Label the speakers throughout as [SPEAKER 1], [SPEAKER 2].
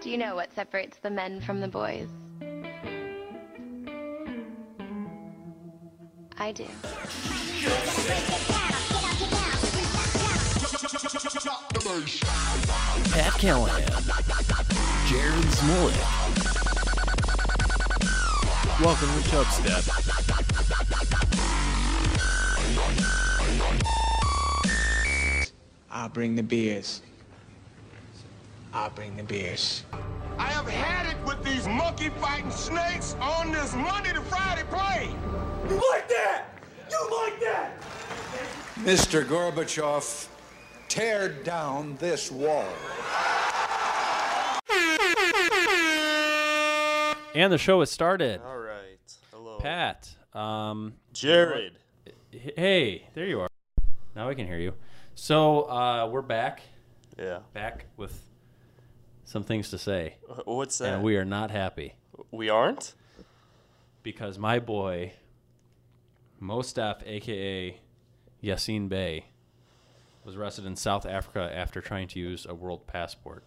[SPEAKER 1] Do you know what separates the men from the boys? I do.
[SPEAKER 2] Pat Callahan, Jared Smolik. Welcome to Chub Step.
[SPEAKER 3] I bring the beers. I bring the beers.
[SPEAKER 4] I have had it with these monkey fighting snakes on this Monday to Friday plane.
[SPEAKER 5] You like that? You like that?
[SPEAKER 6] Mr. Gorbachev, tear down this wall.
[SPEAKER 7] And the show has started.
[SPEAKER 8] All right. Hello.
[SPEAKER 7] Pat, um,
[SPEAKER 8] Jared.
[SPEAKER 7] h- hey, there you are. Now I can hear you. So uh, we're back,
[SPEAKER 8] Yeah.
[SPEAKER 7] back with some things to say,
[SPEAKER 8] Wh- What's that?
[SPEAKER 7] and we are not happy
[SPEAKER 8] we aren't?
[SPEAKER 7] because my boy, Mostaf, aka Yassine Bey, was arrested in South Africa after trying to use a world passport.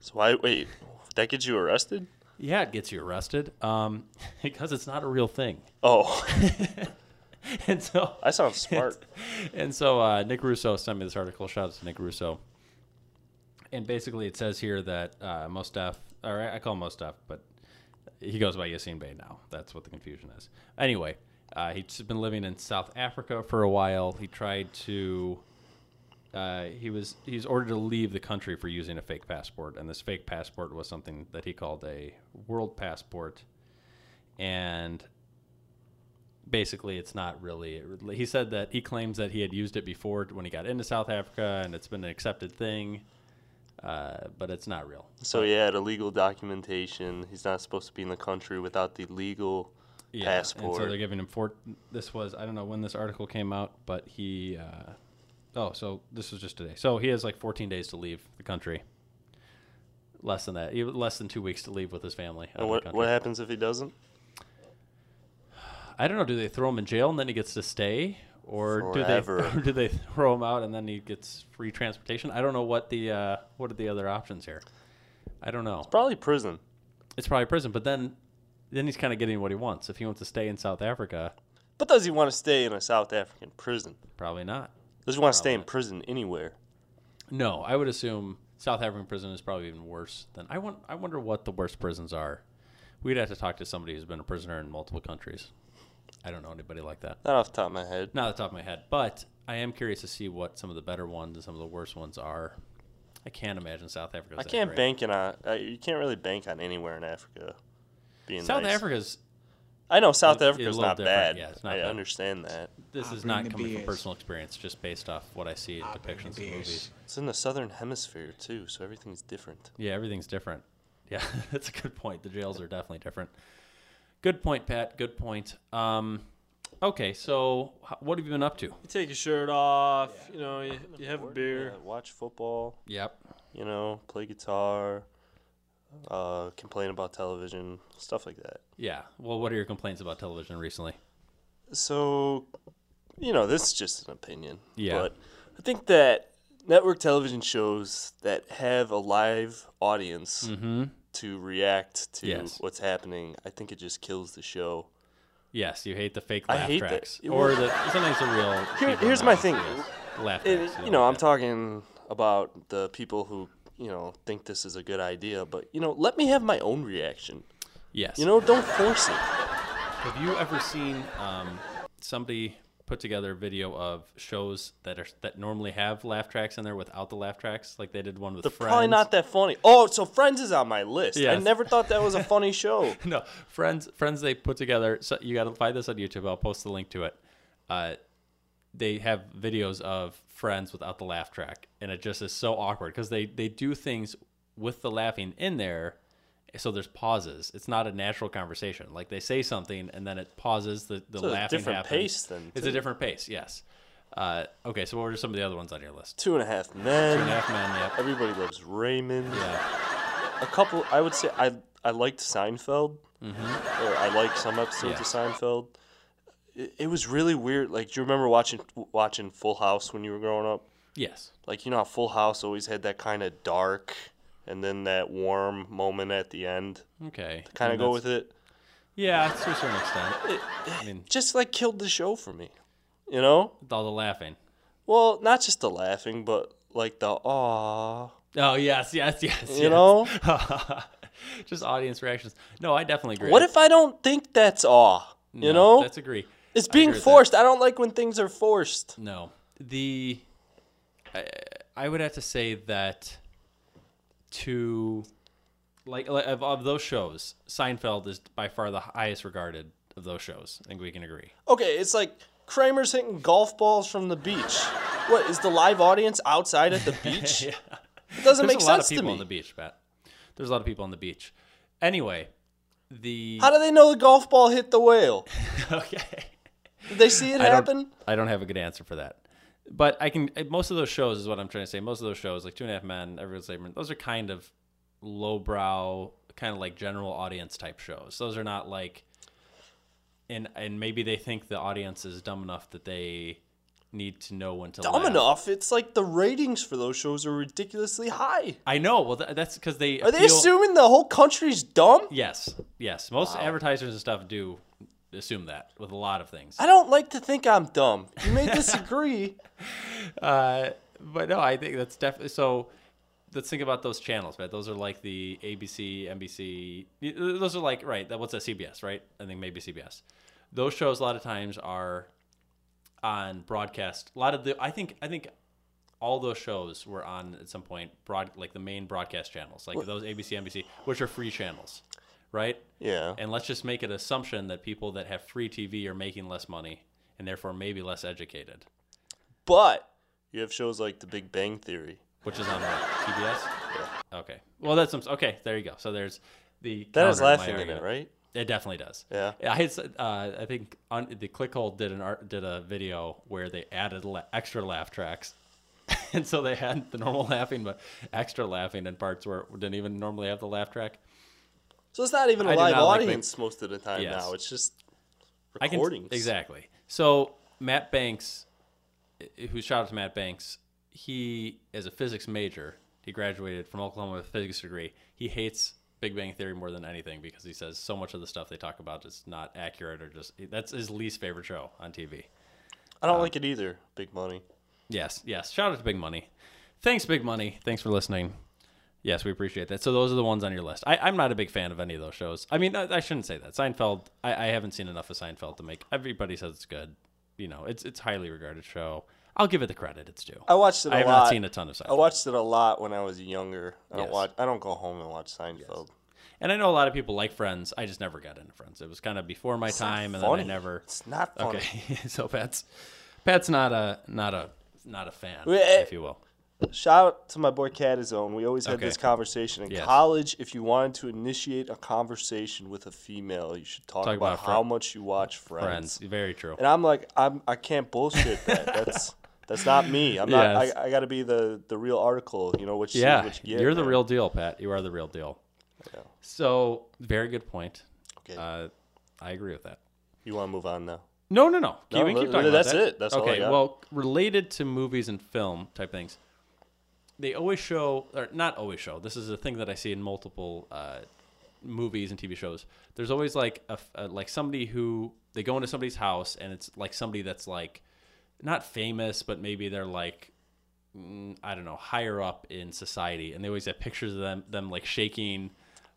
[SPEAKER 8] So why wait? That gets you arrested?
[SPEAKER 7] Yeah, it gets you arrested um, because it's not a real thing,
[SPEAKER 8] Oh,
[SPEAKER 7] and so
[SPEAKER 8] I sound smart.
[SPEAKER 7] And so uh, Nick Russo sent me this article. Shout out to Nick Russo. And basically, it says here that uh, Mostaf, or I call him Mostaf, but he goes by Yassine Bey now. That's what the confusion is. Anyway, uh, he's been living in South Africa for a while. He tried to. Uh, he was he was ordered to leave the country for using a fake passport, and this fake passport was something that he called a world passport, and basically it's not really he said that he claims that he had used it before when he got into south africa and it's been an accepted thing uh, but it's not real
[SPEAKER 8] so he had illegal documentation. He's not supposed to be in the country without the legal
[SPEAKER 7] and so
[SPEAKER 8] passport.
[SPEAKER 7] they're giving him four this was i don't know when this article came out but he uh, oh so this was just today so he has like 14 days to leave the country less than that he- less than two weeks to leave with his family out of
[SPEAKER 8] and
[SPEAKER 7] the
[SPEAKER 8] what
[SPEAKER 7] country.
[SPEAKER 8] what happens if he doesn't?
[SPEAKER 7] i don't know do they throw him in jail and then he gets to stay or do they,
[SPEAKER 8] Forever.
[SPEAKER 7] do they throw him out and then he gets free transportation? I don't know what the uh, what are the other options here. I don't know.
[SPEAKER 8] Probably prison.
[SPEAKER 7] it's probably prison. But then, then he's kind of getting what he wants. If he wants to stay in South Africa,
[SPEAKER 8] But does he want to stay in a South African prison?
[SPEAKER 7] probably not.
[SPEAKER 8] Does he want to stay in prison anywhere?
[SPEAKER 7] No, I would assume South African prison is probably even worse than I want. I wonder what the worst prisons are. We'd have to talk to somebody who's been a prisoner in multiple countries. I don't know anybody like that.
[SPEAKER 8] Not off the top of my head.
[SPEAKER 7] Not off the top of my head, but I am curious to see what some of the better ones and some of the worst ones are. I can't imagine South Africa.
[SPEAKER 8] I can't bank in a. Uh, you can't really bank on anywhere in Africa. Being
[SPEAKER 7] South
[SPEAKER 8] nice.
[SPEAKER 7] Africa's.
[SPEAKER 8] I know South
[SPEAKER 7] a- a
[SPEAKER 8] Africa's
[SPEAKER 7] little
[SPEAKER 8] not
[SPEAKER 7] different.
[SPEAKER 8] bad.
[SPEAKER 7] Yeah, it's not
[SPEAKER 8] I
[SPEAKER 7] bad.
[SPEAKER 8] understand that.
[SPEAKER 7] This
[SPEAKER 3] I'll
[SPEAKER 7] is
[SPEAKER 3] bring
[SPEAKER 7] not
[SPEAKER 3] the
[SPEAKER 7] coming
[SPEAKER 3] beers.
[SPEAKER 7] from personal experience, just based off what I see in
[SPEAKER 3] I bring the
[SPEAKER 7] depictions of movies.
[SPEAKER 3] beers.
[SPEAKER 8] It's in the southern hemisphere too, so everything's different.
[SPEAKER 7] Yeah, everything's different. Yeah, that's a good point. The jails are definitely different. Good point, Pat. Good point. Um, okay, so h- what have you been up to?
[SPEAKER 9] You take your shirt off, you know, you, you have a beer.
[SPEAKER 8] Yeah, Uh, watch football,
[SPEAKER 7] Yep.
[SPEAKER 8] you know, play guitar, uh, complain about television, stuff like that.
[SPEAKER 7] Yeah. Well, what are your complaints about television recently?
[SPEAKER 8] So, you know, this is just an opinion.
[SPEAKER 7] Yeah.
[SPEAKER 8] But I think that network television shows that have a live audience to react to
[SPEAKER 7] Mm-hmm. Yes.
[SPEAKER 8] what's happening, I think it just kills the show.
[SPEAKER 7] Yes, you hate the fake
[SPEAKER 8] I
[SPEAKER 7] laugh
[SPEAKER 8] hate that.
[SPEAKER 7] tracks,
[SPEAKER 8] It
[SPEAKER 7] or
[SPEAKER 8] was-
[SPEAKER 7] the sometimes the real.
[SPEAKER 8] Here,
[SPEAKER 7] people
[SPEAKER 8] here's my
[SPEAKER 7] announce
[SPEAKER 8] thing.
[SPEAKER 7] the Laugh
[SPEAKER 8] It-
[SPEAKER 7] tracks.
[SPEAKER 8] you know, I'm
[SPEAKER 7] like
[SPEAKER 8] talking about the people who, you know, think this is a good idea, but, you know, let me have my own reaction.
[SPEAKER 7] that. Yes.
[SPEAKER 8] You know, don't force it.
[SPEAKER 7] Have you ever seen um, somebody put together a video of shows that are that normally have laugh tracks in there without the laugh tracks? Like they did one with
[SPEAKER 8] They're
[SPEAKER 7] Friends.
[SPEAKER 8] probably not that funny. Oh, so Friends is on my list. I
[SPEAKER 7] Yes.
[SPEAKER 8] never thought that was a funny show.
[SPEAKER 7] no, friends, friends. They put together. So you got to find this on YouTube. I'll post the link to it. Uh, they have videos of friends without the laugh track, and it just is so awkward because they they do things with the laughing in there. So there's pauses. It's not a natural conversation. Like they say something and then it pauses. The the
[SPEAKER 8] So it's a
[SPEAKER 7] laughing
[SPEAKER 8] different
[SPEAKER 7] happens.
[SPEAKER 8] pace then,
[SPEAKER 7] it's a
[SPEAKER 8] too.
[SPEAKER 7] different pace. Yes. Uh, okay. So what were some of the other ones on your list?
[SPEAKER 8] Two and a Half
[SPEAKER 7] Two and a
[SPEAKER 8] Men.
[SPEAKER 7] half men. Yep.
[SPEAKER 8] Everybody loves Raymond.
[SPEAKER 7] Yeah.
[SPEAKER 8] A couple, I would say, I I liked Seinfeld. Mm-hmm. Or I like some episodes of Seinfeld. It, it was really weird. Like, do you remember watching watching Full House when you were growing up?
[SPEAKER 7] Yes.
[SPEAKER 8] Like, you know how Full House always had that kind of dark and then that warm moment at the end.
[SPEAKER 7] Okay.
[SPEAKER 8] Kind of go with it.
[SPEAKER 7] Yeah, to a certain extent. I mean,
[SPEAKER 8] Just like killed the show for me, you know.
[SPEAKER 7] with all the laughing.
[SPEAKER 8] Well, not just the laughing, but like the aw,
[SPEAKER 7] Oh yes, yes, yes.
[SPEAKER 8] you know.
[SPEAKER 7] just audience reactions. No, I definitely agree.
[SPEAKER 8] What if I don't think that's awe? You
[SPEAKER 7] No,
[SPEAKER 8] know,
[SPEAKER 7] That's agree.
[SPEAKER 8] it's
[SPEAKER 7] I
[SPEAKER 8] being
[SPEAKER 7] agree with that.
[SPEAKER 8] forced. I don't like when things are forced.
[SPEAKER 7] No. The I, I would have to say that to like, like of, of those shows, Seinfeld is by far the highest regarded of those shows. I think we can agree.
[SPEAKER 8] Okay, it's like Kramer's hitting golf balls from the beach. What is the live audience outside at the beach? It doesn't
[SPEAKER 7] There's
[SPEAKER 8] make
[SPEAKER 7] a
[SPEAKER 8] sense
[SPEAKER 7] lot of people
[SPEAKER 8] to me.
[SPEAKER 7] on the beach, Pat. There's a lot of people on the beach. Anyway, the
[SPEAKER 8] How do they know the golf ball hit the whale?
[SPEAKER 7] okay.
[SPEAKER 8] Did they see it
[SPEAKER 7] I don't-
[SPEAKER 8] happen?
[SPEAKER 7] I don't have a good answer for that. But I can uh, most of those shows is what I'm trying to say. Most of those shows, like Two and a Half Men, Everyone's Labor, those are kind of lowbrow, kind of like general audience type shows. Those are not like, and and maybe they think the audience is dumb enough that they need to know when to.
[SPEAKER 8] Dumb
[SPEAKER 7] laugh.
[SPEAKER 8] enough. It's like the ratings for those shows are ridiculously high.
[SPEAKER 7] I know. Well, th- that's because they
[SPEAKER 8] Are they
[SPEAKER 7] appeal-
[SPEAKER 8] assuming the whole country's dumb?
[SPEAKER 7] Yes, yes. Most advertisers and stuff do assume that with a lot of things.
[SPEAKER 8] I don't like to think I'm dumb. You may disagree.
[SPEAKER 7] But no, I think that's definitely so. Let's think about those channels, right? Those are like the ABC, NBC. y- Those are like right. That what's that? CBS, right? I think maybe CBS. Those shows a lot of times are on broadcast. A lot of the I think I think all those shows were on at some point broad like the main broadcast channels, like those ABC, NBC, which are free channels, right?
[SPEAKER 8] yeah.
[SPEAKER 7] And let's just make an assumption that people that have free TV are making less money and therefore maybe less educated,
[SPEAKER 8] But you have shows like The Big Bang Theory.
[SPEAKER 7] which is on what, CBS. Okay. Well, that's some, okay. There you go. So there's the
[SPEAKER 8] That is
[SPEAKER 7] counter to my
[SPEAKER 8] laughing in it,
[SPEAKER 7] argument.
[SPEAKER 8] right?
[SPEAKER 7] It definitely does.
[SPEAKER 8] Yeah.
[SPEAKER 7] I had, s- uh, I think on, the Clickhole did an art did a video where they added la- extra laugh tracks, and so they had the normal laughing but extra laughing in parts where it didn't even normally have the laugh track.
[SPEAKER 8] So it's not even a
[SPEAKER 7] I do
[SPEAKER 8] live
[SPEAKER 7] not like
[SPEAKER 8] audience most of the time
[SPEAKER 7] Yes.
[SPEAKER 8] now. It's just
[SPEAKER 7] I can
[SPEAKER 8] recordings.
[SPEAKER 7] exactly. So Matt Banks, i- who shout out to Matt Banks, he is a physics major. He graduated from Oklahoma with a physics degree. He hates Big Bang Theory more than anything because he says so much of the stuff they talk about is not accurate or just that's his least favorite show on TV.
[SPEAKER 8] I
[SPEAKER 7] uh,
[SPEAKER 8] don't like it either. Big money.
[SPEAKER 7] Yes, yes. Shout out to Big Money. Thanks, Big Money. Thanks for listening. Yes, we appreciate that. So those are the ones on your list. I, I'm not a big fan of any of those shows. I mean, I, I shouldn't say that. Seinfeld. I, I haven't seen enough of Seinfeld to make. Everybody says it's good. You know, it's it's highly regarded show. I'll give it the credit it's due.
[SPEAKER 8] I watched it a
[SPEAKER 7] I have
[SPEAKER 8] lot.
[SPEAKER 7] not seen a ton of
[SPEAKER 8] I
[SPEAKER 7] Seinfeld,
[SPEAKER 8] watched it a lot when I was younger. I don't
[SPEAKER 7] Yes.
[SPEAKER 8] watch. I don't go home and watch Seinfeld.
[SPEAKER 7] and I know a lot of people like Friends. I just never got into Friends. It was kind of before my time, and then I
[SPEAKER 8] funny.
[SPEAKER 7] never.
[SPEAKER 8] It's not funny.
[SPEAKER 7] Okay, so Pat's Pat's not a not a not a fan,
[SPEAKER 8] Wait, eh.
[SPEAKER 7] if you will.
[SPEAKER 8] Shout out to my boy Catazone. We always had
[SPEAKER 7] Okay.
[SPEAKER 8] this conversation in
[SPEAKER 7] Yes.
[SPEAKER 8] college. If you wanted to initiate a conversation with a female, you should talk,
[SPEAKER 7] Talk
[SPEAKER 8] about,
[SPEAKER 7] about
[SPEAKER 8] how
[SPEAKER 7] Fri-
[SPEAKER 8] much you watch Friends.
[SPEAKER 7] Friends, very true.
[SPEAKER 8] And I'm like, I'm I can't bullshit that. That's that's not me. I'm not.
[SPEAKER 7] Yes.
[SPEAKER 8] I, I got to be the the real article. You know what? You see,
[SPEAKER 7] Yeah,
[SPEAKER 8] what you get,
[SPEAKER 7] you're the
[SPEAKER 8] man.
[SPEAKER 7] real deal, Pat. You are the real deal. So very good point.
[SPEAKER 8] Okay.
[SPEAKER 7] Uh, I agree with that.
[SPEAKER 8] you want to move on now?
[SPEAKER 7] No, no, no. Keep,
[SPEAKER 8] No,
[SPEAKER 7] we can keep
[SPEAKER 8] no,
[SPEAKER 7] talking about
[SPEAKER 8] that's
[SPEAKER 7] that.
[SPEAKER 8] it. That's all I
[SPEAKER 7] okay.
[SPEAKER 8] got.
[SPEAKER 7] Well, related to movies and film type things, they always show, or not always show. This is a thing that I see in multiple uh, movies and TV shows. There's always like a, a like somebody who they go into somebody's house and it's like somebody that's like not famous, but maybe they're like mm, I don't know higher up in society, and they always have pictures of them them like shaking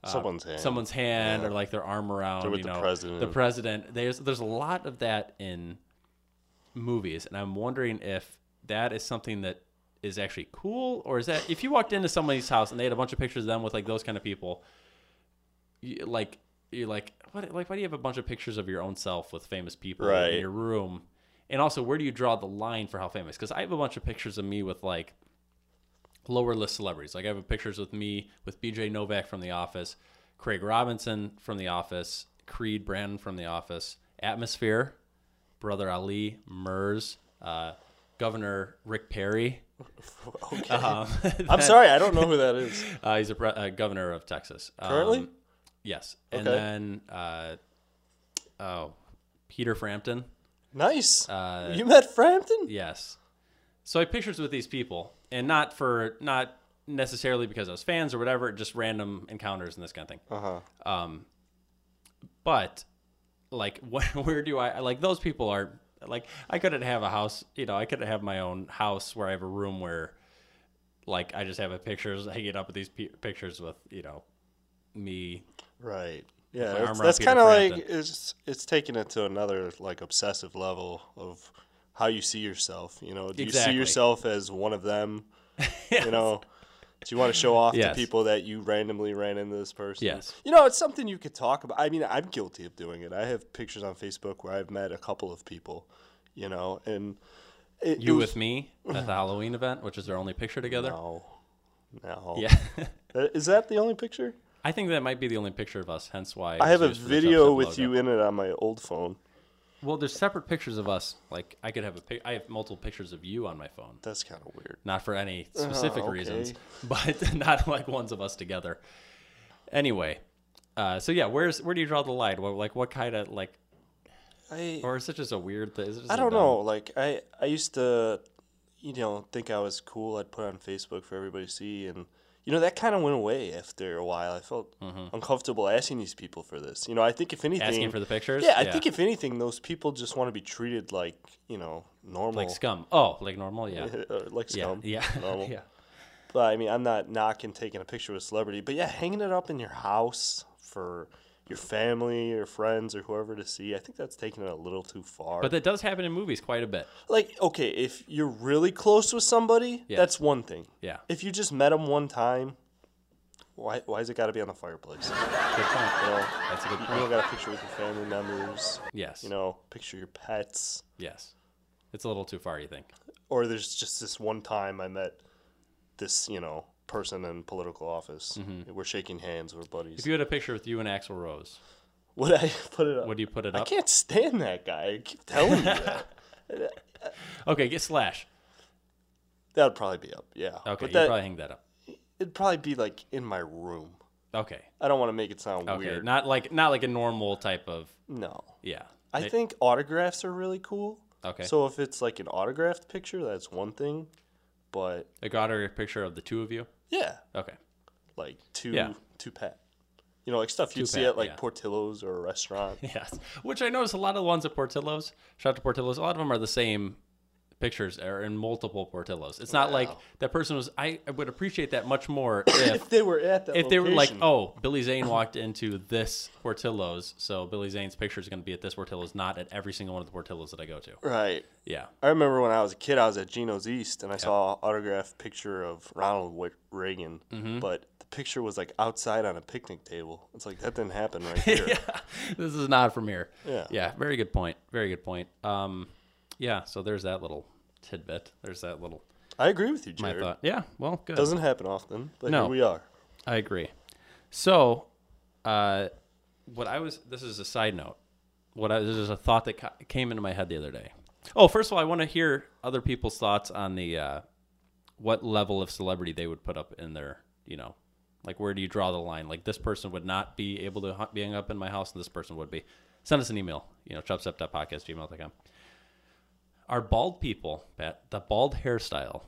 [SPEAKER 8] someone's hand.
[SPEAKER 7] uh, someone's hand or like their arm around
[SPEAKER 8] with
[SPEAKER 7] you
[SPEAKER 8] the
[SPEAKER 7] know
[SPEAKER 8] president.
[SPEAKER 7] the president there's there's a lot of that in movies and i'm wondering if that is something that is actually cool or is that if you walked into somebody's house and they had a bunch of pictures of them with like those kind of people you, like you're like what like why do you have a bunch of pictures of your own self with famous people
[SPEAKER 8] Right.
[SPEAKER 7] in your room and also where do you draw the line for how famous because i have a bunch of pictures of me with like lower list celebrities. Like I have pictures with me with BJ Novak from The Office, Craig Robinson from The Office, Creed Brandon from The Office, Atmosphere, Brother Ali, Murs, uh, Governor Rick Perry.
[SPEAKER 8] Okay.
[SPEAKER 7] Um,
[SPEAKER 8] I'm sorry, I don't know who that is.
[SPEAKER 7] Uh, he's a pre- uh, governor of Texas. Um,
[SPEAKER 8] Currently,
[SPEAKER 7] yes. And
[SPEAKER 8] Okay.
[SPEAKER 7] then, uh, oh, Peter Frampton.
[SPEAKER 8] nice.
[SPEAKER 7] uh,
[SPEAKER 8] you met Frampton.
[SPEAKER 7] Yes. So I have pictures with these people, and not for not necessarily because I was fans or whatever, just random encounters and this kind of thing. Uh-huh. Um, but like, what, where do I like those people are like? I couldn't have a house, you know. I couldn't have my own house where I have a room where, like, I just have a pictures hanging up with these pi pictures with you know, me.
[SPEAKER 8] Right. Yeah,
[SPEAKER 7] like
[SPEAKER 8] that's,
[SPEAKER 7] Armor
[SPEAKER 8] that's
[SPEAKER 7] Up Peter
[SPEAKER 8] kind of like
[SPEAKER 7] Frampton.
[SPEAKER 8] it's it's taking it to another like obsessive level of how you see yourself. You know, do
[SPEAKER 7] Exactly.
[SPEAKER 8] you see yourself as one of them? You know, do you want to show off to
[SPEAKER 7] Yes.
[SPEAKER 8] people that you randomly ran into this person?
[SPEAKER 7] Yes.
[SPEAKER 8] You know, it's something you could talk about. I mean, I'm guilty of doing it. I have pictures on Facebook where I've met a couple of people. You know, and it, it
[SPEAKER 7] You
[SPEAKER 8] was-
[SPEAKER 7] with me at the Halloween event, which is their only picture together.
[SPEAKER 8] No, no.
[SPEAKER 7] Yeah.
[SPEAKER 8] Uh, Is that the only picture?
[SPEAKER 7] I think that might be the only picture of us, hence why. it
[SPEAKER 8] I
[SPEAKER 7] was
[SPEAKER 8] have a
[SPEAKER 7] used for the
[SPEAKER 8] video
[SPEAKER 7] Chubstep
[SPEAKER 8] with
[SPEAKER 7] logo.
[SPEAKER 8] you in it on my old phone.
[SPEAKER 7] Well, there's separate pictures of us. Like I could have a pic. I have multiple pictures of you on my phone,
[SPEAKER 8] That's kind of weird.
[SPEAKER 7] not for any specific
[SPEAKER 8] Uh-huh, okay.
[SPEAKER 7] reasons, but not like ones of us together. Anyway, uh, so yeah, where's where do you draw the line? What, like what kind of like,
[SPEAKER 8] I,
[SPEAKER 7] or is it just a weird thing? Is it just
[SPEAKER 8] I
[SPEAKER 7] a
[SPEAKER 8] don't
[SPEAKER 7] dumb-
[SPEAKER 8] know. Like I, I used to, you know, think I was cool. I'd put on Facebook for everybody to see, and you know that kind of went away after a while. I felt uncomfortable asking these people for this. You know, I think if anything,
[SPEAKER 7] Mm-hmm. Asking for the pictures.
[SPEAKER 8] yeah, I think if anything, those people just want to be treated like you know normal,
[SPEAKER 7] like scum. Oh, like normal. Yeah.
[SPEAKER 8] Uh, like
[SPEAKER 7] Yeah.
[SPEAKER 8] scum,
[SPEAKER 7] Yeah.
[SPEAKER 8] normal.
[SPEAKER 7] yeah.
[SPEAKER 8] But I mean, I'm not knocking taking a picture with a celebrity, but yeah, hanging it up in your house for your family or friends or whoever to see, I think that's taking it a little too far.
[SPEAKER 7] But that does happen in movies quite a bit.
[SPEAKER 8] like okay if you're really close with somebody
[SPEAKER 7] Yeah.
[SPEAKER 8] that's one thing
[SPEAKER 7] Yeah.
[SPEAKER 8] if you just met them one time why why's it got to be on the fireplace
[SPEAKER 7] Good
[SPEAKER 8] you
[SPEAKER 7] point.
[SPEAKER 8] know
[SPEAKER 7] That's a good
[SPEAKER 8] you
[SPEAKER 7] point.
[SPEAKER 8] don't got a picture with your family members
[SPEAKER 7] Yes.
[SPEAKER 8] you know picture your pets
[SPEAKER 7] Yes. It's a little too far, you think?
[SPEAKER 8] or there's just this one time i met this you know person in political office we're shaking hands we're buddies
[SPEAKER 7] Mm-hmm. If you had a picture with you and Axl Rose,
[SPEAKER 8] would i put it up
[SPEAKER 7] would you put it
[SPEAKER 8] i
[SPEAKER 7] up?
[SPEAKER 8] can't stand that guy i keep telling you that
[SPEAKER 7] Okay, get Slash.
[SPEAKER 8] that would probably be up yeah
[SPEAKER 7] Okay,
[SPEAKER 8] but
[SPEAKER 7] you
[SPEAKER 8] that
[SPEAKER 7] probably hang that up.
[SPEAKER 8] it'd probably be like in my room
[SPEAKER 7] Okay.
[SPEAKER 8] I don't want to make it sound
[SPEAKER 7] Okay.
[SPEAKER 8] weird.
[SPEAKER 7] Not like not like a normal type of
[SPEAKER 8] no.
[SPEAKER 7] yeah.
[SPEAKER 8] I
[SPEAKER 7] They-
[SPEAKER 8] think autographs are really cool.
[SPEAKER 7] Okay.
[SPEAKER 8] So if it's like an autographed picture, that's one thing. But
[SPEAKER 7] I got her a picture of the two of you.
[SPEAKER 8] yeah,
[SPEAKER 7] Okay.
[SPEAKER 8] like two
[SPEAKER 7] Yeah.
[SPEAKER 8] two pat. You know, like stuff you'd see
[SPEAKER 7] Two-pack,
[SPEAKER 8] at like
[SPEAKER 7] yeah.
[SPEAKER 8] Portillo's or a restaurant.
[SPEAKER 7] Yes. Which I noticed a lot of the ones at Portillo's, shout out to Portillo's, a lot of them are the same pictures or in multiple Portillo's. It's not like that person was I, I would appreciate that much more if
[SPEAKER 8] if they were at that
[SPEAKER 7] if they were like,
[SPEAKER 8] location.
[SPEAKER 7] oh, Billy Zane walked into this Portillo's, so Billy Zane's picture is going to be at this Portillo's, not at every single one of the Portillo's that I go to.
[SPEAKER 8] Right.
[SPEAKER 7] Yeah.
[SPEAKER 8] I remember when I was a kid, I was at Geno's East and I saw an autographed picture of Ronald Wa- Reagan,
[SPEAKER 7] Mm-hmm.
[SPEAKER 8] but the picture was like outside on a picnic table. It's like that didn't happen right here.
[SPEAKER 7] This is not from here.
[SPEAKER 8] Yeah.
[SPEAKER 7] Yeah. Very good point. Very good point. Um, yeah. So there's that little tidbit. There's that little
[SPEAKER 8] I agree with you,
[SPEAKER 7] my
[SPEAKER 8] Jared.
[SPEAKER 7] thought. Yeah. Well, good.
[SPEAKER 8] Doesn't happen often, but
[SPEAKER 7] No.
[SPEAKER 8] here we are.
[SPEAKER 7] I agree. So, uh, what I was this is a side note. What I, this is a thought that ca- came into my head the other day. Oh, first of all, I want to hear other people's thoughts on the uh, what level of celebrity they would put up in their, you know, like where do you draw the line? Like this person would not be able to hu- be hung up in my house, and this person would be. Send us an email, you know, chubstep.podcast@gmail.com. Are bald people, Pat, the bald hairstyle,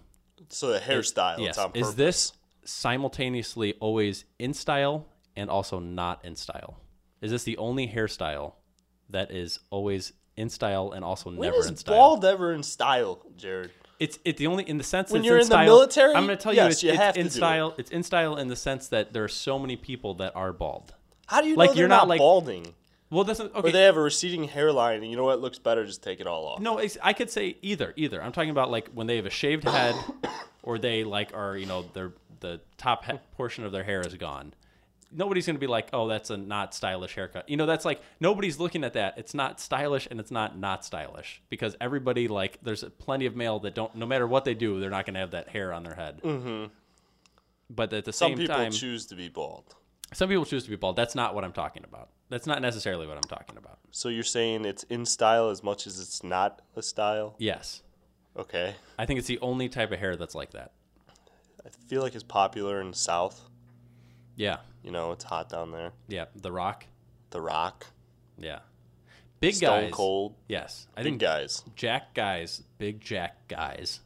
[SPEAKER 8] So the hairstyle.
[SPEAKER 7] Yes.
[SPEAKER 8] It's on
[SPEAKER 7] Is
[SPEAKER 8] purpose.
[SPEAKER 7] this simultaneously always in style and also not in style? Is this the only hairstyle that is always in style and also
[SPEAKER 8] When
[SPEAKER 7] never
[SPEAKER 8] is
[SPEAKER 7] in style?
[SPEAKER 8] bald ever in style, Jared?
[SPEAKER 7] It's it's the only in the sense
[SPEAKER 8] When
[SPEAKER 7] that it's
[SPEAKER 8] you're in the
[SPEAKER 7] style-
[SPEAKER 8] military,
[SPEAKER 7] I'm going to tell you,
[SPEAKER 8] yes,
[SPEAKER 7] it's,
[SPEAKER 8] you
[SPEAKER 7] it's
[SPEAKER 8] have to
[SPEAKER 7] in
[SPEAKER 8] do it.
[SPEAKER 7] style. It's in style in the sense that there are so many people that are bald.
[SPEAKER 8] How do you
[SPEAKER 7] Like,
[SPEAKER 8] know they're
[SPEAKER 7] you're not,
[SPEAKER 8] not,
[SPEAKER 7] like-
[SPEAKER 8] balding?
[SPEAKER 7] Well, that's not- okay.
[SPEAKER 8] Or they have a receding hairline, and you know what looks better? Just take it all off.
[SPEAKER 7] No, it's, I could say either. Either. I'm talking about like when they have a shaved head, or they like are you know their the top he- portion of their hair is gone. Nobody's gonna be like, oh, that's a not stylish haircut. You know, that's like nobody's looking at that. It's not stylish and it's not not stylish because everybody like there's plenty of male that don't. No matter what they do, they're not gonna have that hair on their head. Mm-hmm. But at the
[SPEAKER 8] Some
[SPEAKER 7] same
[SPEAKER 8] people
[SPEAKER 7] time,
[SPEAKER 8] choose to be bald.
[SPEAKER 7] some people choose to be bald. That's not what I'm talking about. That's not necessarily what I'm talking about.
[SPEAKER 8] So you're saying it's in style as much as it's not a style?
[SPEAKER 7] Yes,
[SPEAKER 8] Okay.
[SPEAKER 7] I think it's the only type of hair that's like that.
[SPEAKER 8] I feel like it's popular in the South.
[SPEAKER 7] Yeah,
[SPEAKER 8] You know, it's hot down there.
[SPEAKER 7] yeah. The Rock.
[SPEAKER 8] The Rock,
[SPEAKER 7] Yeah. Big
[SPEAKER 8] Stone
[SPEAKER 7] guys.
[SPEAKER 8] Cold,
[SPEAKER 7] Yes. I
[SPEAKER 8] big
[SPEAKER 7] think
[SPEAKER 8] guys.
[SPEAKER 7] Jack guys, big Jack guys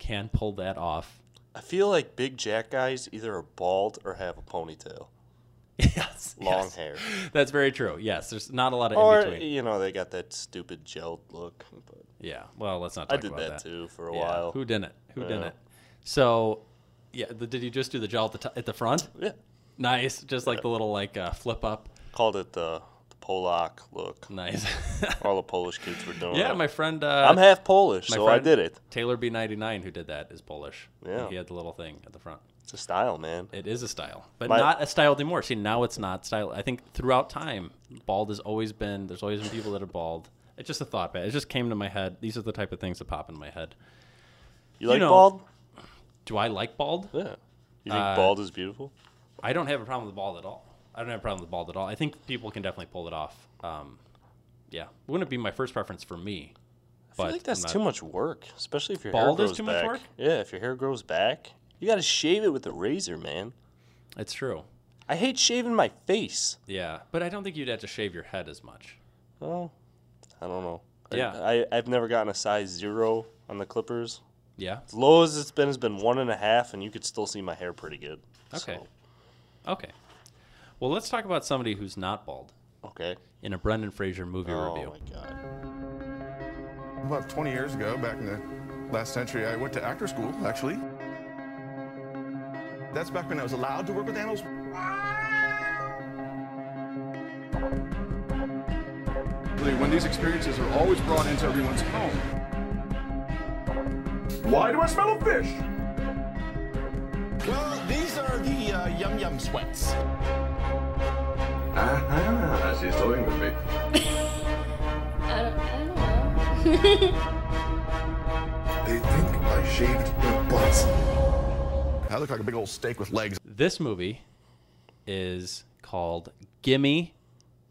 [SPEAKER 7] can pull that off.
[SPEAKER 8] I feel like big jack guys either are bald or have a ponytail,
[SPEAKER 7] yes,
[SPEAKER 8] long
[SPEAKER 7] yes.
[SPEAKER 8] hair,
[SPEAKER 7] That's very true. Yes, there's not a lot of
[SPEAKER 8] or e
[SPEAKER 7] in between.
[SPEAKER 8] you know they got that stupid gelled look. But
[SPEAKER 7] Yeah. Well, let's not
[SPEAKER 8] I
[SPEAKER 7] talk
[SPEAKER 8] did
[SPEAKER 7] about
[SPEAKER 8] that,
[SPEAKER 7] that.
[SPEAKER 8] too for a
[SPEAKER 7] Yeah,
[SPEAKER 8] while.
[SPEAKER 7] Who didn't? Who
[SPEAKER 8] Yeah.
[SPEAKER 7] didn't? So, yeah. The, did you just do the gel at the, t- at the front?
[SPEAKER 8] yeah,
[SPEAKER 7] Nice. Just like the little like uh, flip up.
[SPEAKER 8] called it the, the Polak look.
[SPEAKER 7] Nice.
[SPEAKER 8] All the Polish kids were doing.
[SPEAKER 7] yeah,
[SPEAKER 8] it.
[SPEAKER 7] my friend. Uh,
[SPEAKER 8] I'm half Polish,
[SPEAKER 7] my
[SPEAKER 8] so I
[SPEAKER 7] friend-
[SPEAKER 8] did it.
[SPEAKER 7] Taylor B99, who did that, is Polish.
[SPEAKER 8] Yeah.
[SPEAKER 7] He had the little thing at the front.
[SPEAKER 8] It's a style, man.
[SPEAKER 7] It is a style, but
[SPEAKER 8] My-
[SPEAKER 7] not a style anymore. See, now it's not style. I think throughout time, bald has always been. There's always been people that are bald. It's just a thought, but it just came to my head. These are the type of things that pop in my head.
[SPEAKER 8] You like
[SPEAKER 7] know-
[SPEAKER 8] bald?
[SPEAKER 7] Do I like bald?
[SPEAKER 8] Yeah. You think bald is beautiful?
[SPEAKER 7] I don't have a problem with bald at all. I don't have a problem with bald at all. I think people can definitely pull it off. Um, yeah, wouldn't be my first preference for me. But
[SPEAKER 8] I feel like that's too much work, especially if your hair
[SPEAKER 7] Bald is
[SPEAKER 8] grows
[SPEAKER 7] too much
[SPEAKER 8] back.
[SPEAKER 7] work?
[SPEAKER 8] Yeah, if your hair grows back, you got to shave it with a razor, man.
[SPEAKER 7] It's true.
[SPEAKER 8] I hate shaving my face.
[SPEAKER 7] Yeah, but I don't think you'd have to shave your head as much.
[SPEAKER 8] Oh, I don't know.
[SPEAKER 7] Yeah.
[SPEAKER 8] I, I I've never gotten a size zero on the clippers.
[SPEAKER 7] Yeah.
[SPEAKER 8] As low as it's been has been one and a half, and you could still see my hair pretty good.
[SPEAKER 7] Okay.
[SPEAKER 8] So,
[SPEAKER 7] Okay. Well, let's talk about somebody who's not bald
[SPEAKER 8] okay.
[SPEAKER 7] in a Brendan Fraser movie
[SPEAKER 8] Oh
[SPEAKER 7] review.
[SPEAKER 8] my god.
[SPEAKER 10] About 20 years ago, back in the last century, I went to actor school, actually. That's back when I was allowed to work with animals. Really, When these experiences are always brought into everyone's home. Why do I smell a fish? Well, these are the uh, yum yum sweats. Aha, she's toying with me.
[SPEAKER 1] I don't, I don't know.
[SPEAKER 10] They think I shaved their butts. I look like a big old steak with legs.
[SPEAKER 7] This movie is called Gimme,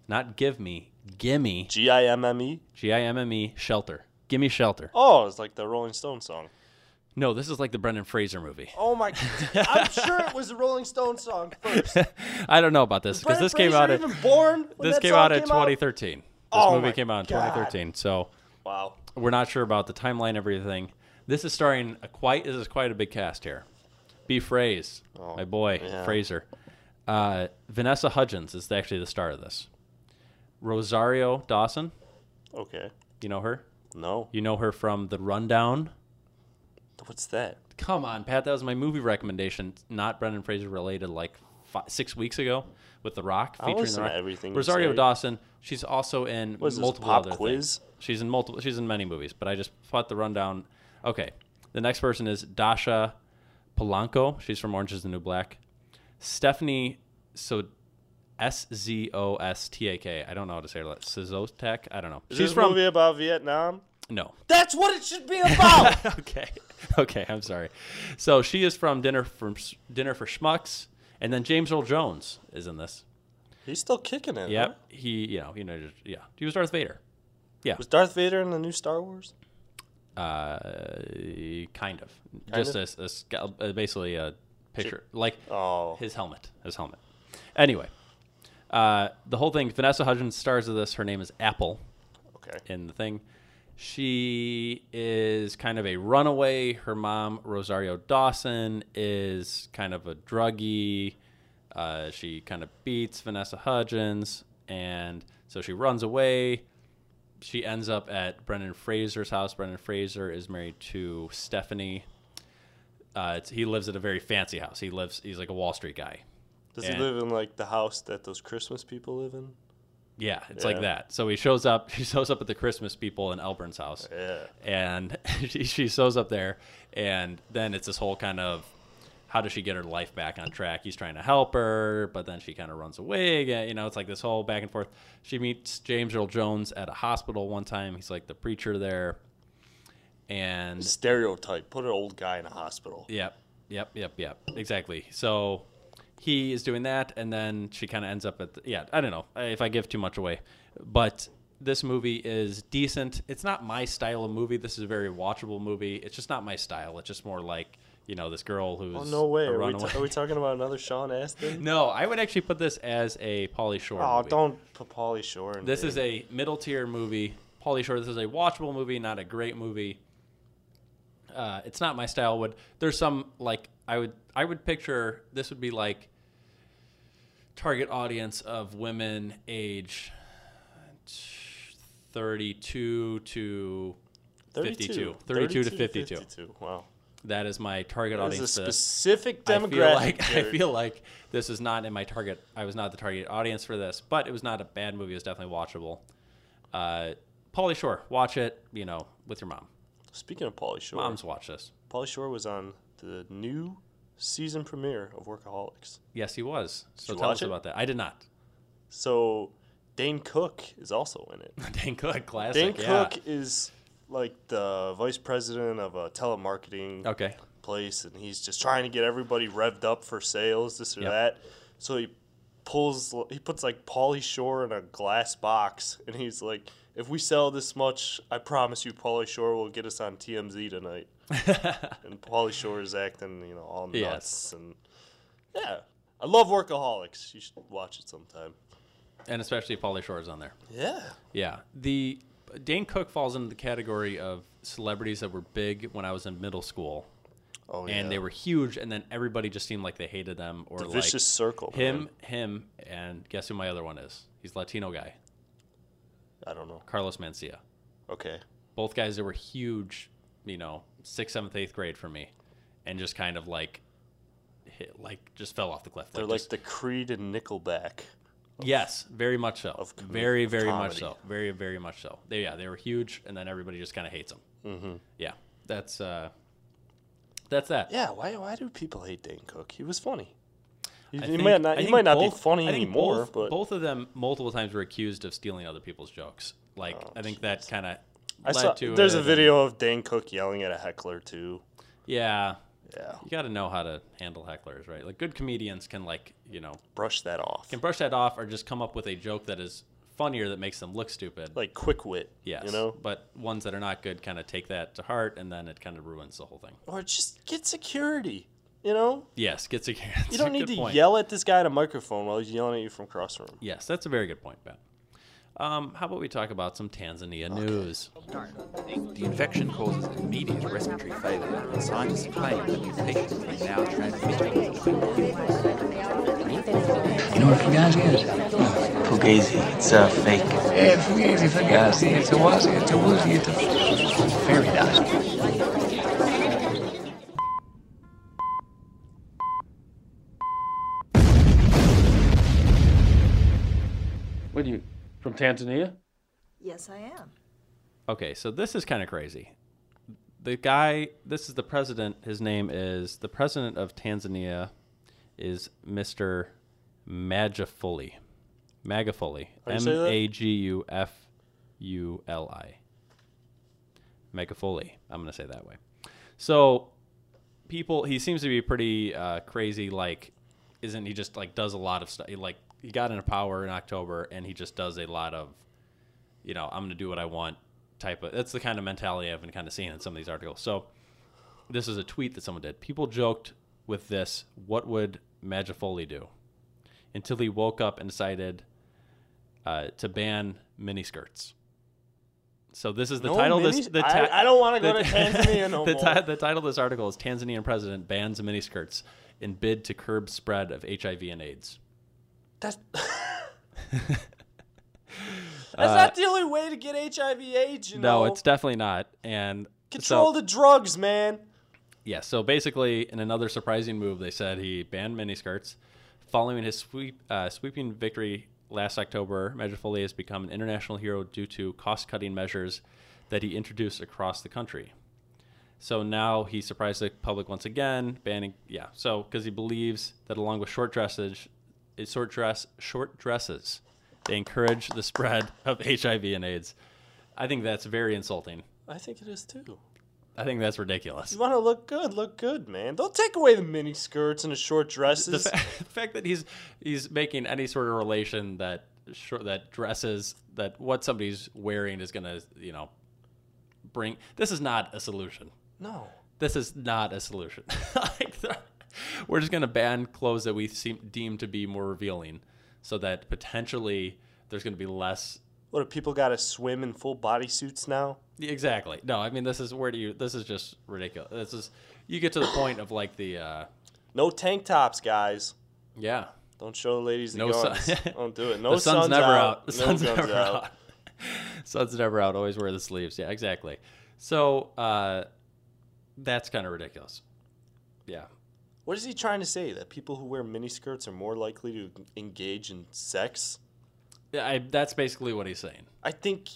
[SPEAKER 7] not Give Me, Gimme,
[SPEAKER 8] G I M M E.
[SPEAKER 7] G I M M E, Shelter. Gimme Shelter.
[SPEAKER 8] Oh, it's like the Rolling Stone song.
[SPEAKER 7] No, this is like the Brendan Fraser movie.
[SPEAKER 8] Oh my! I'm sure it was the Rolling Stone song first.
[SPEAKER 7] I don't know about this because
[SPEAKER 8] Brendan
[SPEAKER 7] this came out
[SPEAKER 8] Fraser
[SPEAKER 7] in
[SPEAKER 8] even born when
[SPEAKER 7] this
[SPEAKER 8] that
[SPEAKER 7] came
[SPEAKER 8] song
[SPEAKER 7] out in
[SPEAKER 8] came
[SPEAKER 7] 2013. This
[SPEAKER 8] Oh
[SPEAKER 7] movie
[SPEAKER 8] my
[SPEAKER 7] came out in
[SPEAKER 8] God.
[SPEAKER 7] 2013, so
[SPEAKER 8] Wow.
[SPEAKER 7] we're not sure about the timeline, everything. This is starring a quite this is quite a big cast here. B. Fraze, my boy
[SPEAKER 8] yeah.
[SPEAKER 7] Fraser. Uh, Vanessa Hudgens is actually the star of this. Rosario Dawson,
[SPEAKER 8] Okay.
[SPEAKER 7] you know her.
[SPEAKER 8] No.
[SPEAKER 7] You know her from The Rundown.
[SPEAKER 8] What's that?
[SPEAKER 7] Come on, Pat. That was my movie recommendation, not Brendan Fraser related, like fi six weeks ago with The Rock. Featuring
[SPEAKER 8] listen
[SPEAKER 7] the
[SPEAKER 8] to
[SPEAKER 7] Rock.
[SPEAKER 8] everything you
[SPEAKER 7] Rosario
[SPEAKER 8] say.
[SPEAKER 7] Dawson. She's also in
[SPEAKER 8] What is this,
[SPEAKER 7] multiple
[SPEAKER 8] Pop
[SPEAKER 7] other
[SPEAKER 8] Quiz?
[SPEAKER 7] things. She's in multiple. She's in many movies, but I just put the rundown. Okay, the next person is Dasha Polanco. She's from Orange Is the New Black. Stephanie so S Z O S T A K. I don't know how to say that. Sizotek. I don't know.
[SPEAKER 8] Is
[SPEAKER 7] she's
[SPEAKER 8] this
[SPEAKER 7] from
[SPEAKER 8] movie about Vietnam.
[SPEAKER 7] no.
[SPEAKER 8] That's what it should be about.
[SPEAKER 7] okay. Okay, I'm sorry. So she is from Dinner from Dinner for Schmucks, and then James Earl Jones is in this.
[SPEAKER 8] He's still kicking it. huh?
[SPEAKER 7] Yep, he you know you know just- yeah he was Darth Vader,
[SPEAKER 8] Was Darth Vader in the new Star Wars?
[SPEAKER 7] uh, kind of just a- a scal- uh, basically a picture like
[SPEAKER 8] Oh.
[SPEAKER 7] his helmet his helmet. Anyway, uh, the whole thing. Vanessa Hudgens stars of this. Her name is Apple.
[SPEAKER 8] Okay.
[SPEAKER 7] in the thing. She is kind of a runaway. Her mom, Rosario Dawson, is kind of a druggie. Uh, she kind of beats Vanessa Hudgens, and so she runs away. She ends up at Brendan Fraser's house. Brendan Fraser is married to Stephanie. Uh, it's, he lives at a very fancy house. He lives. He's like a Wall Street guy.
[SPEAKER 8] Does
[SPEAKER 7] Yeah.
[SPEAKER 8] he live in like the house that those Christmas people live in?
[SPEAKER 7] Yeah, it's
[SPEAKER 8] Yeah.
[SPEAKER 7] like that. So he shows up. He shows up at the Christmas people in Elburn's house.
[SPEAKER 8] Yeah.
[SPEAKER 7] and she, she shows up there and then it's this whole kind of how does she get her life back on track he's trying to help her but then she kind of runs away again you know it's like this whole back and forth she meets james earl jones at a hospital one time he's like the preacher there and
[SPEAKER 8] Stereotype. Put an old guy in a hospital.
[SPEAKER 7] Yep, yep, yep, yep. Exactly. So he is doing that, and then she kind of ends up at the, yeah. I don't know if I give too much away, but this movie is decent. It's not my style of movie. This is a very watchable movie. It's just not my style. It's just more like you know this girl who's
[SPEAKER 8] Oh no way!
[SPEAKER 7] a
[SPEAKER 8] Are we,
[SPEAKER 7] runaway.
[SPEAKER 8] are we talking about another Sean Astin?
[SPEAKER 7] no, I would actually put this as a Pauly Shore.
[SPEAKER 8] Oh,
[SPEAKER 7] movie.
[SPEAKER 8] don't put Pauly Shore. In
[SPEAKER 7] This is a middle tier movie. Pauly Shore. This is a watchable movie, not a great movie. uh, it's not my style. Would there's some like I would I would picture this would be like target audience of women age thirty two to
[SPEAKER 8] 32.
[SPEAKER 7] 52. 32 to 52.
[SPEAKER 8] 52. Wow.
[SPEAKER 7] That is my target
[SPEAKER 8] That is
[SPEAKER 7] audience.
[SPEAKER 8] a
[SPEAKER 7] for this.
[SPEAKER 8] specific
[SPEAKER 7] I feel
[SPEAKER 8] demographic,
[SPEAKER 7] like I
[SPEAKER 8] Jared.
[SPEAKER 7] feel like this is not in my target. I was not the target audience for this, but it was not a bad movie. It was definitely watchable. Uh, Pauly Shore, watch it. You know, with your mom.
[SPEAKER 8] Speaking of Polly Shore,
[SPEAKER 7] Moms watch this.
[SPEAKER 8] Polly Shore was on the new season premiere of Workaholics.
[SPEAKER 7] Yes, he was. So
[SPEAKER 8] you
[SPEAKER 7] tell
[SPEAKER 8] watch
[SPEAKER 7] us
[SPEAKER 8] it?
[SPEAKER 7] about that. I did not.
[SPEAKER 8] So Dane Cook is also in it.
[SPEAKER 7] Dan Cook, classic.
[SPEAKER 8] Dane
[SPEAKER 7] yeah.
[SPEAKER 8] Cook is like the vice president of a telemarketing
[SPEAKER 7] Okay.
[SPEAKER 8] place, and he's just trying to get everybody revved up for sales, this or
[SPEAKER 7] Yep.
[SPEAKER 8] that. So he pulls, he puts like Pauly Shore in a glass box, and he's like, "If we sell this much, I promise you, Pauly Shore will get us on TMZ tonight." and Pauly Shore is acting, you know, all nuts,
[SPEAKER 7] Yes.
[SPEAKER 8] and yeah, I love workaholics. You should watch it sometime.
[SPEAKER 7] And especially Pauly Shore is on there.
[SPEAKER 8] Yeah,
[SPEAKER 7] Yeah. The Dane Cook falls into the category of celebrities that were big when I was in middle school.
[SPEAKER 8] oh
[SPEAKER 7] and they were huge, and then everybody just seemed like they hated them or
[SPEAKER 8] The
[SPEAKER 7] like
[SPEAKER 8] vicious circle,
[SPEAKER 7] Him,
[SPEAKER 8] man.
[SPEAKER 7] him, and guess who my other one is? He's Latino guy,
[SPEAKER 8] I don't know.
[SPEAKER 7] Carlos Mencia.
[SPEAKER 8] Okay.
[SPEAKER 7] Both guys that were huge, you know, sixth, seventh, eighth grade for me, and just kind of like, hit, like just fell off the cliff.
[SPEAKER 8] They're like
[SPEAKER 7] just-
[SPEAKER 8] the Creed and Nickelback.
[SPEAKER 7] yes, very much so,
[SPEAKER 8] of com-
[SPEAKER 7] very,
[SPEAKER 8] of
[SPEAKER 7] very much
[SPEAKER 8] comedy.
[SPEAKER 7] so, very, very much so. They, yeah, they were huge, and then everybody just kind of hates them. Mm-hmm. Yeah, that's uh, that's that.
[SPEAKER 8] Yeah, why why do people hate Dane Cook? He was funny. He,
[SPEAKER 7] I
[SPEAKER 8] he
[SPEAKER 7] think-
[SPEAKER 8] might not
[SPEAKER 7] I
[SPEAKER 8] he
[SPEAKER 7] think
[SPEAKER 8] might not be
[SPEAKER 7] both-
[SPEAKER 8] funny
[SPEAKER 7] I think
[SPEAKER 8] anymore,
[SPEAKER 7] both,
[SPEAKER 8] but
[SPEAKER 7] both of them multiple times were accused of stealing other people's jokes. Like I think that kind of
[SPEAKER 8] Oh, I
[SPEAKER 7] led
[SPEAKER 8] saw
[SPEAKER 7] to.
[SPEAKER 8] there's
[SPEAKER 7] it
[SPEAKER 8] a
[SPEAKER 7] and-
[SPEAKER 8] video of Dane Cook yelling at a heckler too.
[SPEAKER 7] yeah,
[SPEAKER 8] Yeah,
[SPEAKER 7] you got to know how to handle hecklers, right? Like good comedians can like you know
[SPEAKER 8] brush that off.
[SPEAKER 7] can brush that off or just come up with a joke that is funnier that makes them look stupid.
[SPEAKER 8] Like quick wit.
[SPEAKER 7] yes,
[SPEAKER 8] you know,
[SPEAKER 7] but ones that are not good kind of take that to heart, and then it kind of ruins the whole thing.
[SPEAKER 8] or just get security. You know,
[SPEAKER 7] Yes, gets a
[SPEAKER 8] you don't need to yell at this guy at a microphone while he's yelling at you from cross room.
[SPEAKER 7] Yes, that's a very good point, Ben. Um, how about we talk about some Tanzania news?
[SPEAKER 11] The infection causes immediate respiratory failure, and scientists claim that these patients are now transmitting
[SPEAKER 2] You know what Fugazi is?
[SPEAKER 3] Fugazi, it's a fake.
[SPEAKER 2] Yeah, Fugazi, Fugazi, it's a wazi, it's a woozy, it's a fairy dust.
[SPEAKER 9] What are you from Tanzania?
[SPEAKER 12] Yes, I am.
[SPEAKER 7] Okay, so this is kind of crazy. The guy, this is the president. His name is the president of Tanzania, is Mister Magufuli. Magufuli.
[SPEAKER 8] How do you
[SPEAKER 7] M
[SPEAKER 8] say that?
[SPEAKER 7] A G U F U L I. Magufuli. I'm gonna say that way. So, people. He seems to be pretty uh, crazy. Like, isn't he just like does a lot of stuff? Like, he got into power in October, and he just does a lot of you know, I'm going to do what I want type of. That's the kind of mentality I've been kind of seeing in some of these articles. So, this is a tweet that someone did. People joked with this, what would Magifoli do? Until he woke up and decided uh, to ban miniskirts. So this is the
[SPEAKER 8] No
[SPEAKER 7] title. of this
[SPEAKER 8] minis-
[SPEAKER 7] the
[SPEAKER 8] I- I don't wanna go to Tanzania no
[SPEAKER 7] the,
[SPEAKER 8] more.
[SPEAKER 7] ti- the title of this article is Tanzanian president bans miniskirts in bid to curb spread of HIV and AIDS.
[SPEAKER 8] That's that's not the only way to get HIV/AIDS. You
[SPEAKER 7] Uh, No,
[SPEAKER 8] know?
[SPEAKER 7] it's definitely not. And so-
[SPEAKER 8] control the drugs, man.
[SPEAKER 7] Yeah, so basically, in another surprising move, they said he banned miniskirts. Following his sweep, uh, sweeping victory last October, Magifoli has become an international hero due to cost cutting measures that he introduced across the country. So now he surprised the public once again, banning, yeah, so because he believes that along with short dressage, it's short dress, short dresses, they encourage the spread of HIV and AIDS. I think that's very insulting.
[SPEAKER 8] I think it is too.
[SPEAKER 7] I think that's ridiculous.
[SPEAKER 8] You want to look good, look good, man. Don't take away the mini skirts and the short
[SPEAKER 7] the,
[SPEAKER 8] dresses.
[SPEAKER 7] fa- the fact that he's he's making any sort of relation that sure that dresses that what somebody's wearing is gonna you know bring this is not a solution
[SPEAKER 8] no.
[SPEAKER 7] this is not a solution like the- we're just gonna ban clothes that we seem deem to be more revealing so that potentially there's gonna be less
[SPEAKER 8] What do people got to swim in full body suits now?
[SPEAKER 7] Yeah, Exactly. No, I mean this is where do you? This is just ridiculous. This is you get to the point of like the uh,
[SPEAKER 8] No tank tops, guys.
[SPEAKER 7] yeah.
[SPEAKER 8] Don't show ladies the
[SPEAKER 7] No sun.
[SPEAKER 8] guns. Don't do it. No
[SPEAKER 7] the sun's, never out. The
[SPEAKER 8] No
[SPEAKER 7] sun's
[SPEAKER 8] guns
[SPEAKER 7] never out. sun's never out. Always wear the sleeves. Yeah, exactly. So uh, that's kind of ridiculous. Yeah.
[SPEAKER 8] What is he trying to say? That people who wear miniskirts are more likely to engage in sex?
[SPEAKER 7] Yeah, I, that's basically what he's saying.
[SPEAKER 8] I think.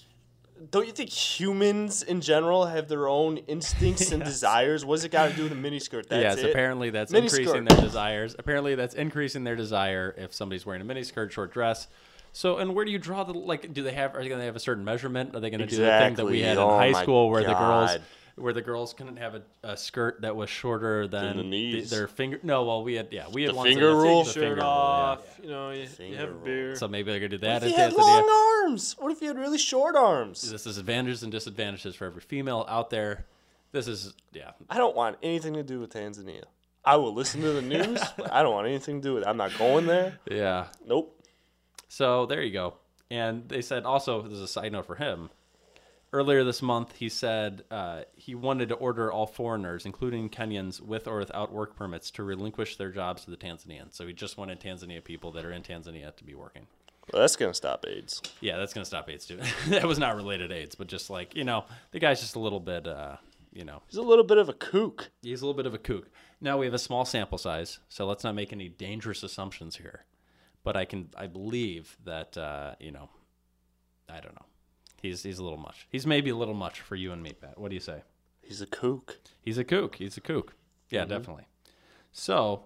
[SPEAKER 8] Don't you think humans in general have their own instincts and desires? What's it got to do with a miniskirt? That's
[SPEAKER 7] yes,
[SPEAKER 8] it.
[SPEAKER 7] apparently that's increasing
[SPEAKER 8] Miniskirt.
[SPEAKER 7] their desires. Apparently that's increasing their desire if somebody's wearing a miniskirt, short dress. So, and where do you draw the like? Do they have? Are they going to have a certain measurement? Are they going to do the thing that
[SPEAKER 8] Exactly.
[SPEAKER 7] we had
[SPEAKER 8] Oh my
[SPEAKER 7] in high school where the
[SPEAKER 8] God.
[SPEAKER 7] girls where the girls couldn't have a, a skirt that was shorter than
[SPEAKER 8] the
[SPEAKER 7] the-
[SPEAKER 8] knees.
[SPEAKER 7] their finger? No, well we had yeah we had
[SPEAKER 8] The
[SPEAKER 7] ones
[SPEAKER 8] finger
[SPEAKER 7] that was
[SPEAKER 8] rule?
[SPEAKER 7] the
[SPEAKER 8] Shirt
[SPEAKER 7] finger rule, yeah.
[SPEAKER 12] off. You know, you, you
[SPEAKER 8] Finger
[SPEAKER 12] have a
[SPEAKER 8] roll.
[SPEAKER 12] beer.
[SPEAKER 7] So maybe they're going to do
[SPEAKER 8] What
[SPEAKER 7] that.
[SPEAKER 8] if he
[SPEAKER 7] if
[SPEAKER 8] had
[SPEAKER 7] they- if they have-
[SPEAKER 8] long arms? What if he had really short arms?
[SPEAKER 7] This is advantages and disadvantages for every female out there. This is yeah.
[SPEAKER 8] I don't want anything to do with Tanzania. I will listen to the news, but I don't want anything to do with it. I'm not going there.
[SPEAKER 7] Yeah.
[SPEAKER 8] Nope.
[SPEAKER 7] So there you go. And they said also, there's a side note for him. Earlier this month, he said uh, he wanted to order all foreigners, including Kenyans with or without work permits, to relinquish their jobs to the Tanzanians. So he just wanted Tanzania people that are in Tanzania to be working.
[SPEAKER 8] Well, that's going to stop AIDS.
[SPEAKER 7] Yeah, that's going to stop AIDS, too. that was not related to AIDS, but just like, you know, the guy's just a little bit, uh, you know,
[SPEAKER 8] He's a little bit of a kook.
[SPEAKER 7] He's a little bit of a kook. Now we have a small sample size, so let's not make any dangerous assumptions here. But I can, I believe that uh, you know, I don't know. He's he's a little much. He's maybe a little much for you and me, Pat. What do you say?
[SPEAKER 8] He's a kook.
[SPEAKER 7] He's a kook. He's a kook. Yeah, definitely. So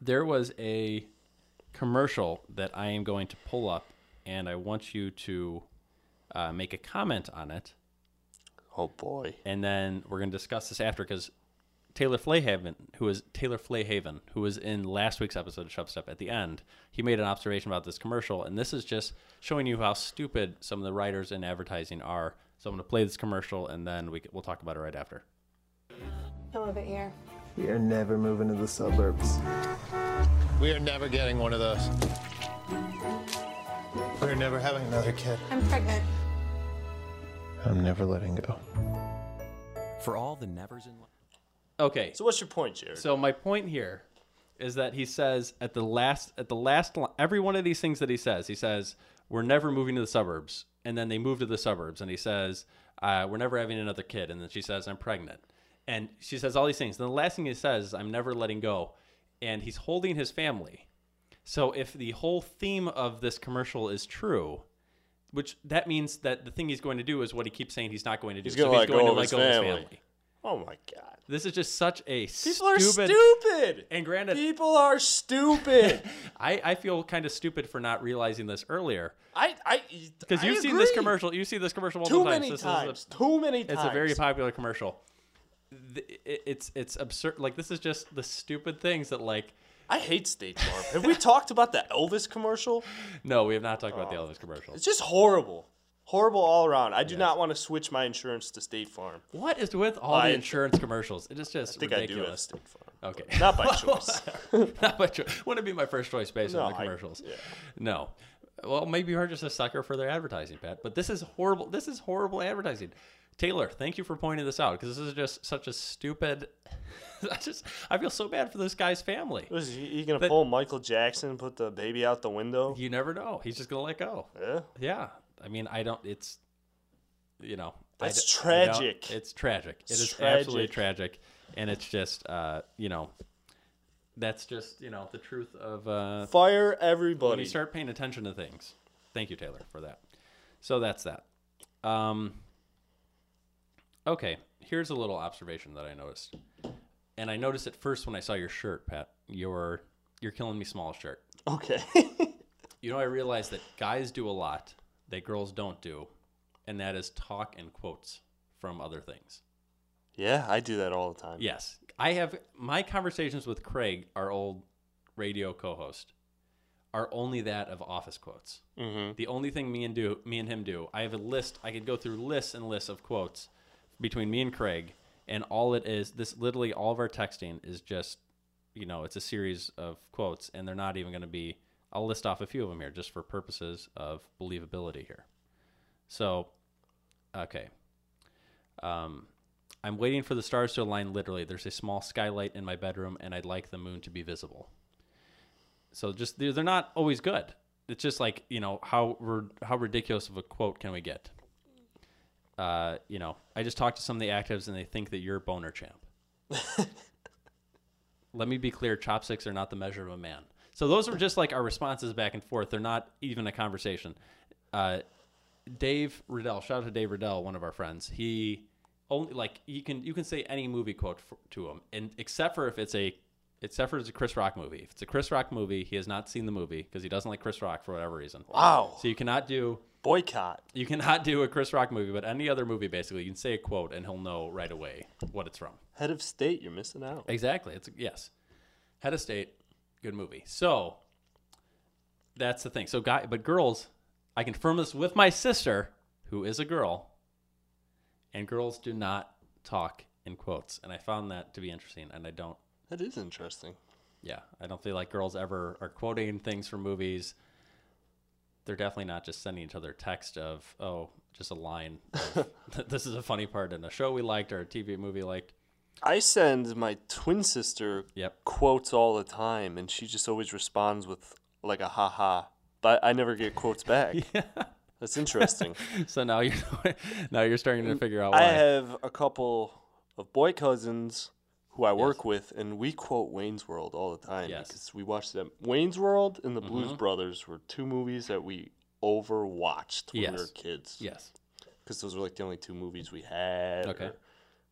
[SPEAKER 7] there was a commercial that I am going to pull up, and I want you to uh, make a comment on it
[SPEAKER 8] Oh boy.
[SPEAKER 7] and then we're going to discuss this after because Taylor Flayhaven, who is Taylor Flayhaven, who was in last week's episode of Shove Stuff at the end, he made an observation about this commercial, and this is just showing you how stupid some of the writers in advertising are. So I'm going to play this commercial, and then we, c- we'll talk about it right after.
[SPEAKER 13] A little bit here.
[SPEAKER 14] We are never moving to the suburbs.
[SPEAKER 15] We are never getting one of those. We're never having another kid.
[SPEAKER 13] I'm pregnant.
[SPEAKER 15] I'm never letting go.
[SPEAKER 11] For all the nevers in life.
[SPEAKER 7] Okay.
[SPEAKER 8] So what's your point, Jared?
[SPEAKER 7] So my point here is that he says at the last at the last li- every one of these things that he says, he says we're never moving to the suburbs, and then they move to the suburbs, and he says uh, we're never having another kid, and then she says I'm pregnant, and she says all these things. Then the last thing he says is I'm never letting go, and he's holding his family. So if the whole theme of this commercial is true. Which that means that the thing he's going to do is what he keeps saying he's not going to do.
[SPEAKER 8] He's
[SPEAKER 7] So
[SPEAKER 8] going to let go of his family.
[SPEAKER 7] family.
[SPEAKER 8] Oh my god.
[SPEAKER 7] This is just such a
[SPEAKER 8] People are
[SPEAKER 7] stupid.
[SPEAKER 8] stupid.
[SPEAKER 7] And granted,
[SPEAKER 8] people are stupid.
[SPEAKER 7] I, I feel kind of stupid for not realizing this earlier
[SPEAKER 8] I I
[SPEAKER 7] because
[SPEAKER 8] I
[SPEAKER 7] you've seen this
[SPEAKER 8] agree.
[SPEAKER 7] commercial. You see this commercial multiple
[SPEAKER 8] Too
[SPEAKER 7] times.
[SPEAKER 8] many
[SPEAKER 7] This is a-
[SPEAKER 8] times. Too many
[SPEAKER 7] It's a very
[SPEAKER 8] times.
[SPEAKER 7] popular commercial. Th- it- It's it's absurd. Like this is just the stupid things that like.
[SPEAKER 8] I hate State Farm. Have we talked about the Elvis commercial?
[SPEAKER 7] No, we have not talked about
[SPEAKER 8] Oh.
[SPEAKER 7] the Elvis commercial.
[SPEAKER 8] It's just horrible. Horrible all around. I do not want to switch my insurance to State Farm.
[SPEAKER 7] What is with all
[SPEAKER 8] I-
[SPEAKER 7] the insurance commercials? It is just
[SPEAKER 8] I think I do have
[SPEAKER 7] ridiculous.
[SPEAKER 8] State Farm.
[SPEAKER 7] Okay.
[SPEAKER 8] Not by choice.
[SPEAKER 7] Not by choice. Wouldn't it be my first choice based
[SPEAKER 8] No,
[SPEAKER 7] on the
[SPEAKER 8] I-
[SPEAKER 7] commercials? No. Well, maybe you're just a sucker for their advertising, Pat. But this is horrible. This is horrible advertising. Taylor, thank you for pointing this out because this is just such a stupid. I just I feel so bad for this guy's family.
[SPEAKER 8] Was he, he gonna
[SPEAKER 7] But-
[SPEAKER 8] pull Michael Jackson and put the baby out the window?
[SPEAKER 7] You never know. He's just gonna let go.
[SPEAKER 8] Yeah.
[SPEAKER 7] Yeah. I mean, I don't. It's you know. I
[SPEAKER 8] That's
[SPEAKER 7] d- I don't-
[SPEAKER 8] tragic.
[SPEAKER 7] It's tragic. It is
[SPEAKER 8] Tragic.
[SPEAKER 7] absolutely tragic, and it's just uh, you know, that's just you know the truth of uh,
[SPEAKER 8] Fire
[SPEAKER 7] when
[SPEAKER 8] everybody.
[SPEAKER 7] you start paying attention to things. Thank you, Taylor, for that. So that's that. Um, okay, here's a little observation that I noticed, and I noticed it first when I saw your shirt, Pat. Your you're killing me small shirt.
[SPEAKER 8] okay.
[SPEAKER 7] You know, I realized that guys do a lot that girls don't do, and that is talk and quotes from other things.
[SPEAKER 8] yeah, I do that all the time.
[SPEAKER 7] Yes. I have my conversations with Craig, our old radio co-host, are only that of office quotes.
[SPEAKER 8] Mhm.
[SPEAKER 7] The only thing me and do me and him do, I have a list. I could go through lists and lists of quotes between me and Craig, and all it is this literally all of our texting is just you know it's a series of quotes, and they're not even going to be I'll list off a few of them here just for purposes of believability here. So, okay. Um, I'm waiting for the stars to align literally. There's a small skylight in my bedroom, and I'd like the moon to be visible. So just they're they're not always good. It's just like you know how rid- how ridiculous of a quote can we get? Uh, you know, I just talked to some of the actives, and they think that you're a boner champ. Let me be clear: chopsticks are not the measure of a man. So those are just like our responses back and forth. They're not even a conversation. Uh, Dave Riddell, shout out to Dave Riddell, one of our friends. He only like he can you can say any movie quote for, to him, and except for if it's a except for it's a Chris Rock movie. If it's a Chris Rock movie, he has not seen the movie because he doesn't like Chris Rock for whatever reason.
[SPEAKER 8] Wow.
[SPEAKER 7] So you cannot do
[SPEAKER 8] boycott.
[SPEAKER 7] You cannot do a Chris Rock movie, but any other movie basically, you can say a quote and he'll know right away what it's from.
[SPEAKER 8] Head of State, you're missing out.
[SPEAKER 7] Exactly. It's yes. Head of State, good movie. So that's the thing. So guy, but girls, I confirm this with my sister, who is a girl, and girls do not talk in quotes, and I found that to be interesting. And I don't.
[SPEAKER 8] That is interesting.
[SPEAKER 7] Yeah, I don't feel like girls ever are quoting things from movies. They're definitely not just sending each other text of oh, just a line. of, this is a funny part in a show we liked or a TV movie we liked.
[SPEAKER 8] I send my twin sister
[SPEAKER 7] Yep.
[SPEAKER 8] quotes all the time, and she just always responds with like a ha ha. But I never get quotes back. That's interesting.
[SPEAKER 7] so now you're now you're starting to figure out why.
[SPEAKER 8] I have a couple of boy cousins who I work with, and we quote Wayne's World all the time
[SPEAKER 7] Yes.
[SPEAKER 8] because we watch them. Wayne's World and The Blues
[SPEAKER 7] Mhm.
[SPEAKER 8] Brothers were two movies that we overwatched when we were
[SPEAKER 7] Yes.
[SPEAKER 8] kids.
[SPEAKER 7] Yes.
[SPEAKER 8] because those were like the only two movies we had.
[SPEAKER 7] Okay.
[SPEAKER 8] or-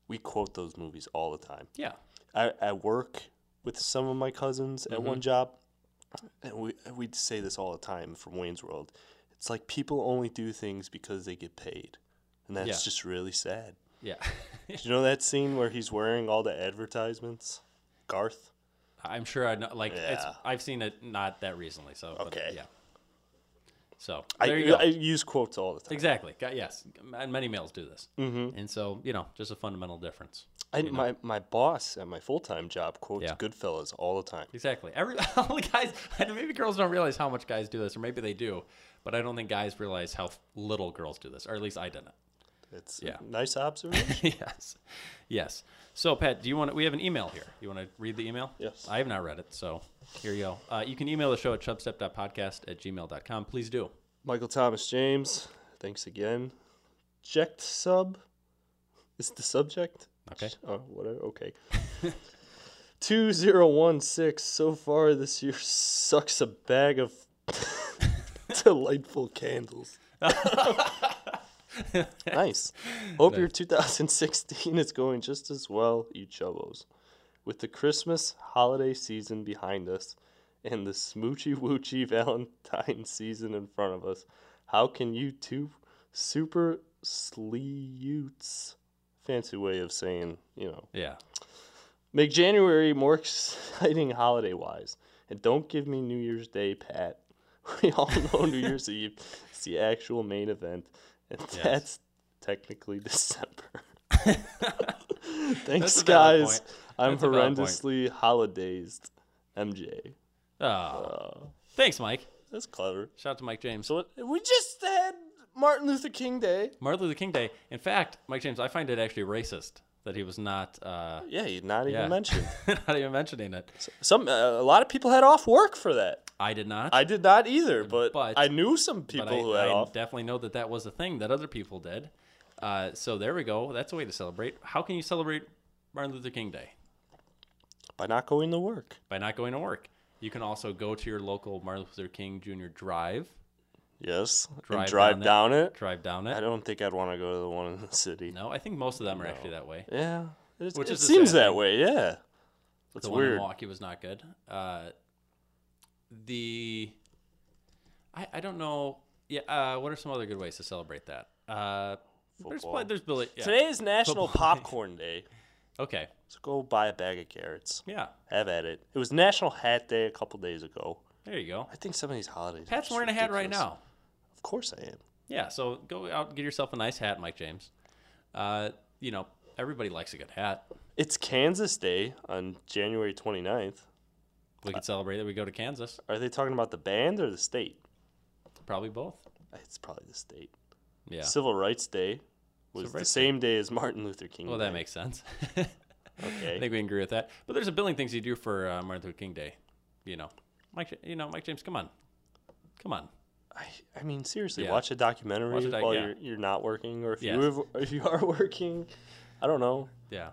[SPEAKER 8] We quote those movies all the time.
[SPEAKER 7] Yeah.
[SPEAKER 8] I, I work with some of my cousins at one
[SPEAKER 7] Mhm.
[SPEAKER 8] job, and we we'd say this all the time from Wayne's World. It's like people only do things because they get paid, and that's
[SPEAKER 7] Yeah.
[SPEAKER 8] just really sad.
[SPEAKER 7] Yeah.
[SPEAKER 8] Do you know that scene where he's wearing all the advertisements? Garth.
[SPEAKER 7] I'm sure I know. Like it's,
[SPEAKER 8] Yeah.
[SPEAKER 7] I've seen it not that recently. So okay. yeah. So
[SPEAKER 8] I-
[SPEAKER 7] there you go.
[SPEAKER 8] I use quotes all the time.
[SPEAKER 7] Exactly. Got- Yes, and many males do this.
[SPEAKER 8] Mhm.
[SPEAKER 7] And so you know, just a fundamental difference.
[SPEAKER 8] I,
[SPEAKER 7] you know?
[SPEAKER 8] my my boss at my full time job quotes Goodfellas all the time.
[SPEAKER 7] Exactly. Every all the guys, and maybe girls don't realize how much guys do this, or maybe they do, but I don't think guys realize how f- little girls do this, or at least I didn't.
[SPEAKER 8] It's
[SPEAKER 7] yeah.
[SPEAKER 8] Nice observation.
[SPEAKER 7] yes. Yes. So, Pat, do you want to, we have an email here. You want to read the email?
[SPEAKER 8] Yes.
[SPEAKER 7] I have not read it, so here you go. Uh, you can email the show at chubstep.podcast at gmail.com. Please do.
[SPEAKER 8] Michael Thomas James, thanks again. Ject sub is the subject.
[SPEAKER 7] Okay.
[SPEAKER 8] Oh, whatever. Okay. 2016. So far this year sucks a bag of delightful candles. nice. Hope your 2016 is going just as well, you chubbos. With the Christmas holiday season behind us and the smoochy woochy Valentine season in front of us, how can you two super sleutes, fancy way of saying, you know,
[SPEAKER 7] Yeah.
[SPEAKER 8] make January more exciting holiday wise? And don't give me New Year's Day, Pat. We all know New Year's Eve is the actual main event, and
[SPEAKER 7] Yes.
[SPEAKER 8] that's technically December. Thanks,
[SPEAKER 7] That's a valid
[SPEAKER 8] guys.
[SPEAKER 7] point.
[SPEAKER 8] I'm
[SPEAKER 7] That's a valid point.
[SPEAKER 8] horrendously holidayzed, MJ.
[SPEAKER 7] Oh.
[SPEAKER 8] Uh.
[SPEAKER 7] Thanks, Mike.
[SPEAKER 8] That's clever.
[SPEAKER 7] Shout out to Mike James.
[SPEAKER 8] So, we just had Martin Luther King Day.
[SPEAKER 7] Martin Luther King Day. In fact, Mike James, I find it actually racist that he was not. Uh,
[SPEAKER 8] Yeah, you're not even mentioned.
[SPEAKER 7] not even mentioning it.
[SPEAKER 8] Some uh, a lot of people had off work for that.
[SPEAKER 7] I did not.
[SPEAKER 8] I did not either, but,
[SPEAKER 7] But-
[SPEAKER 8] I knew some
[SPEAKER 7] but
[SPEAKER 8] people
[SPEAKER 7] I,
[SPEAKER 8] who had
[SPEAKER 7] I
[SPEAKER 8] off.
[SPEAKER 7] definitely know that that was a thing that other people did. Uh, so there we go. That's a way to celebrate. How can you celebrate Martin Luther King Day?
[SPEAKER 8] By not going to work.
[SPEAKER 7] By not going to work. You can also go to your local Martin Luther King Jr. drive.
[SPEAKER 8] Yes.
[SPEAKER 7] Drive
[SPEAKER 8] and drive
[SPEAKER 7] down
[SPEAKER 8] down,
[SPEAKER 7] it.
[SPEAKER 8] it.
[SPEAKER 7] Drive down it.
[SPEAKER 8] I don't think I'd want to go to the one in the city.
[SPEAKER 7] No, I think most of them are actually that way.
[SPEAKER 8] Yeah. It's,
[SPEAKER 7] Which
[SPEAKER 8] it
[SPEAKER 7] is a
[SPEAKER 8] seems
[SPEAKER 7] sad
[SPEAKER 8] that
[SPEAKER 7] thing.
[SPEAKER 8] way, yeah. That's
[SPEAKER 7] the one in
[SPEAKER 8] weird.
[SPEAKER 7] Milwaukee was not good. Uh, the I, I don't know. Yeah, uh, what are some other good ways to celebrate that? Uh, there's
[SPEAKER 8] Football.
[SPEAKER 7] pl- there's Billy. Yeah.
[SPEAKER 8] Today is National
[SPEAKER 7] Football.
[SPEAKER 8] Popcorn Day.
[SPEAKER 7] Okay.
[SPEAKER 8] So go buy a bag of carrots.
[SPEAKER 7] Yeah.
[SPEAKER 8] Have at it. It was National Hat Day a couple days ago.
[SPEAKER 7] There you go.
[SPEAKER 8] I think some of these holidays. are
[SPEAKER 7] Pat's
[SPEAKER 8] just
[SPEAKER 7] wearing a hat right
[SPEAKER 8] ridiculous.
[SPEAKER 7] now.
[SPEAKER 8] Of course I am.
[SPEAKER 7] Yeah, so go out and get yourself a nice hat, Mike James. Uh, you know, everybody likes a good hat.
[SPEAKER 8] It's Kansas Day on January 29th.
[SPEAKER 7] We could celebrate that we go to Kansas.
[SPEAKER 8] Are they talking about the band or the state?
[SPEAKER 7] Probably both.
[SPEAKER 8] It's probably the state.
[SPEAKER 7] Yeah.
[SPEAKER 8] Civil Rights Day was
[SPEAKER 7] Civil
[SPEAKER 8] the
[SPEAKER 7] Rights
[SPEAKER 8] same day as Martin Luther King.
[SPEAKER 7] Well, that
[SPEAKER 8] Day.
[SPEAKER 7] makes sense.
[SPEAKER 8] Okay.
[SPEAKER 7] I think we can agree with that. But there's a billion things you do for uh, Martin Luther King Day. You know, Mike. J- You know, Mike James. Come on, come on.
[SPEAKER 8] I mean, seriously,
[SPEAKER 7] Yeah.
[SPEAKER 8] watch a documentary
[SPEAKER 7] Watch a doc-
[SPEAKER 8] while
[SPEAKER 7] yeah.
[SPEAKER 8] you're, you're not working, or if
[SPEAKER 7] Yes.
[SPEAKER 8] you have, or if you are working, I don't know.
[SPEAKER 7] Yeah.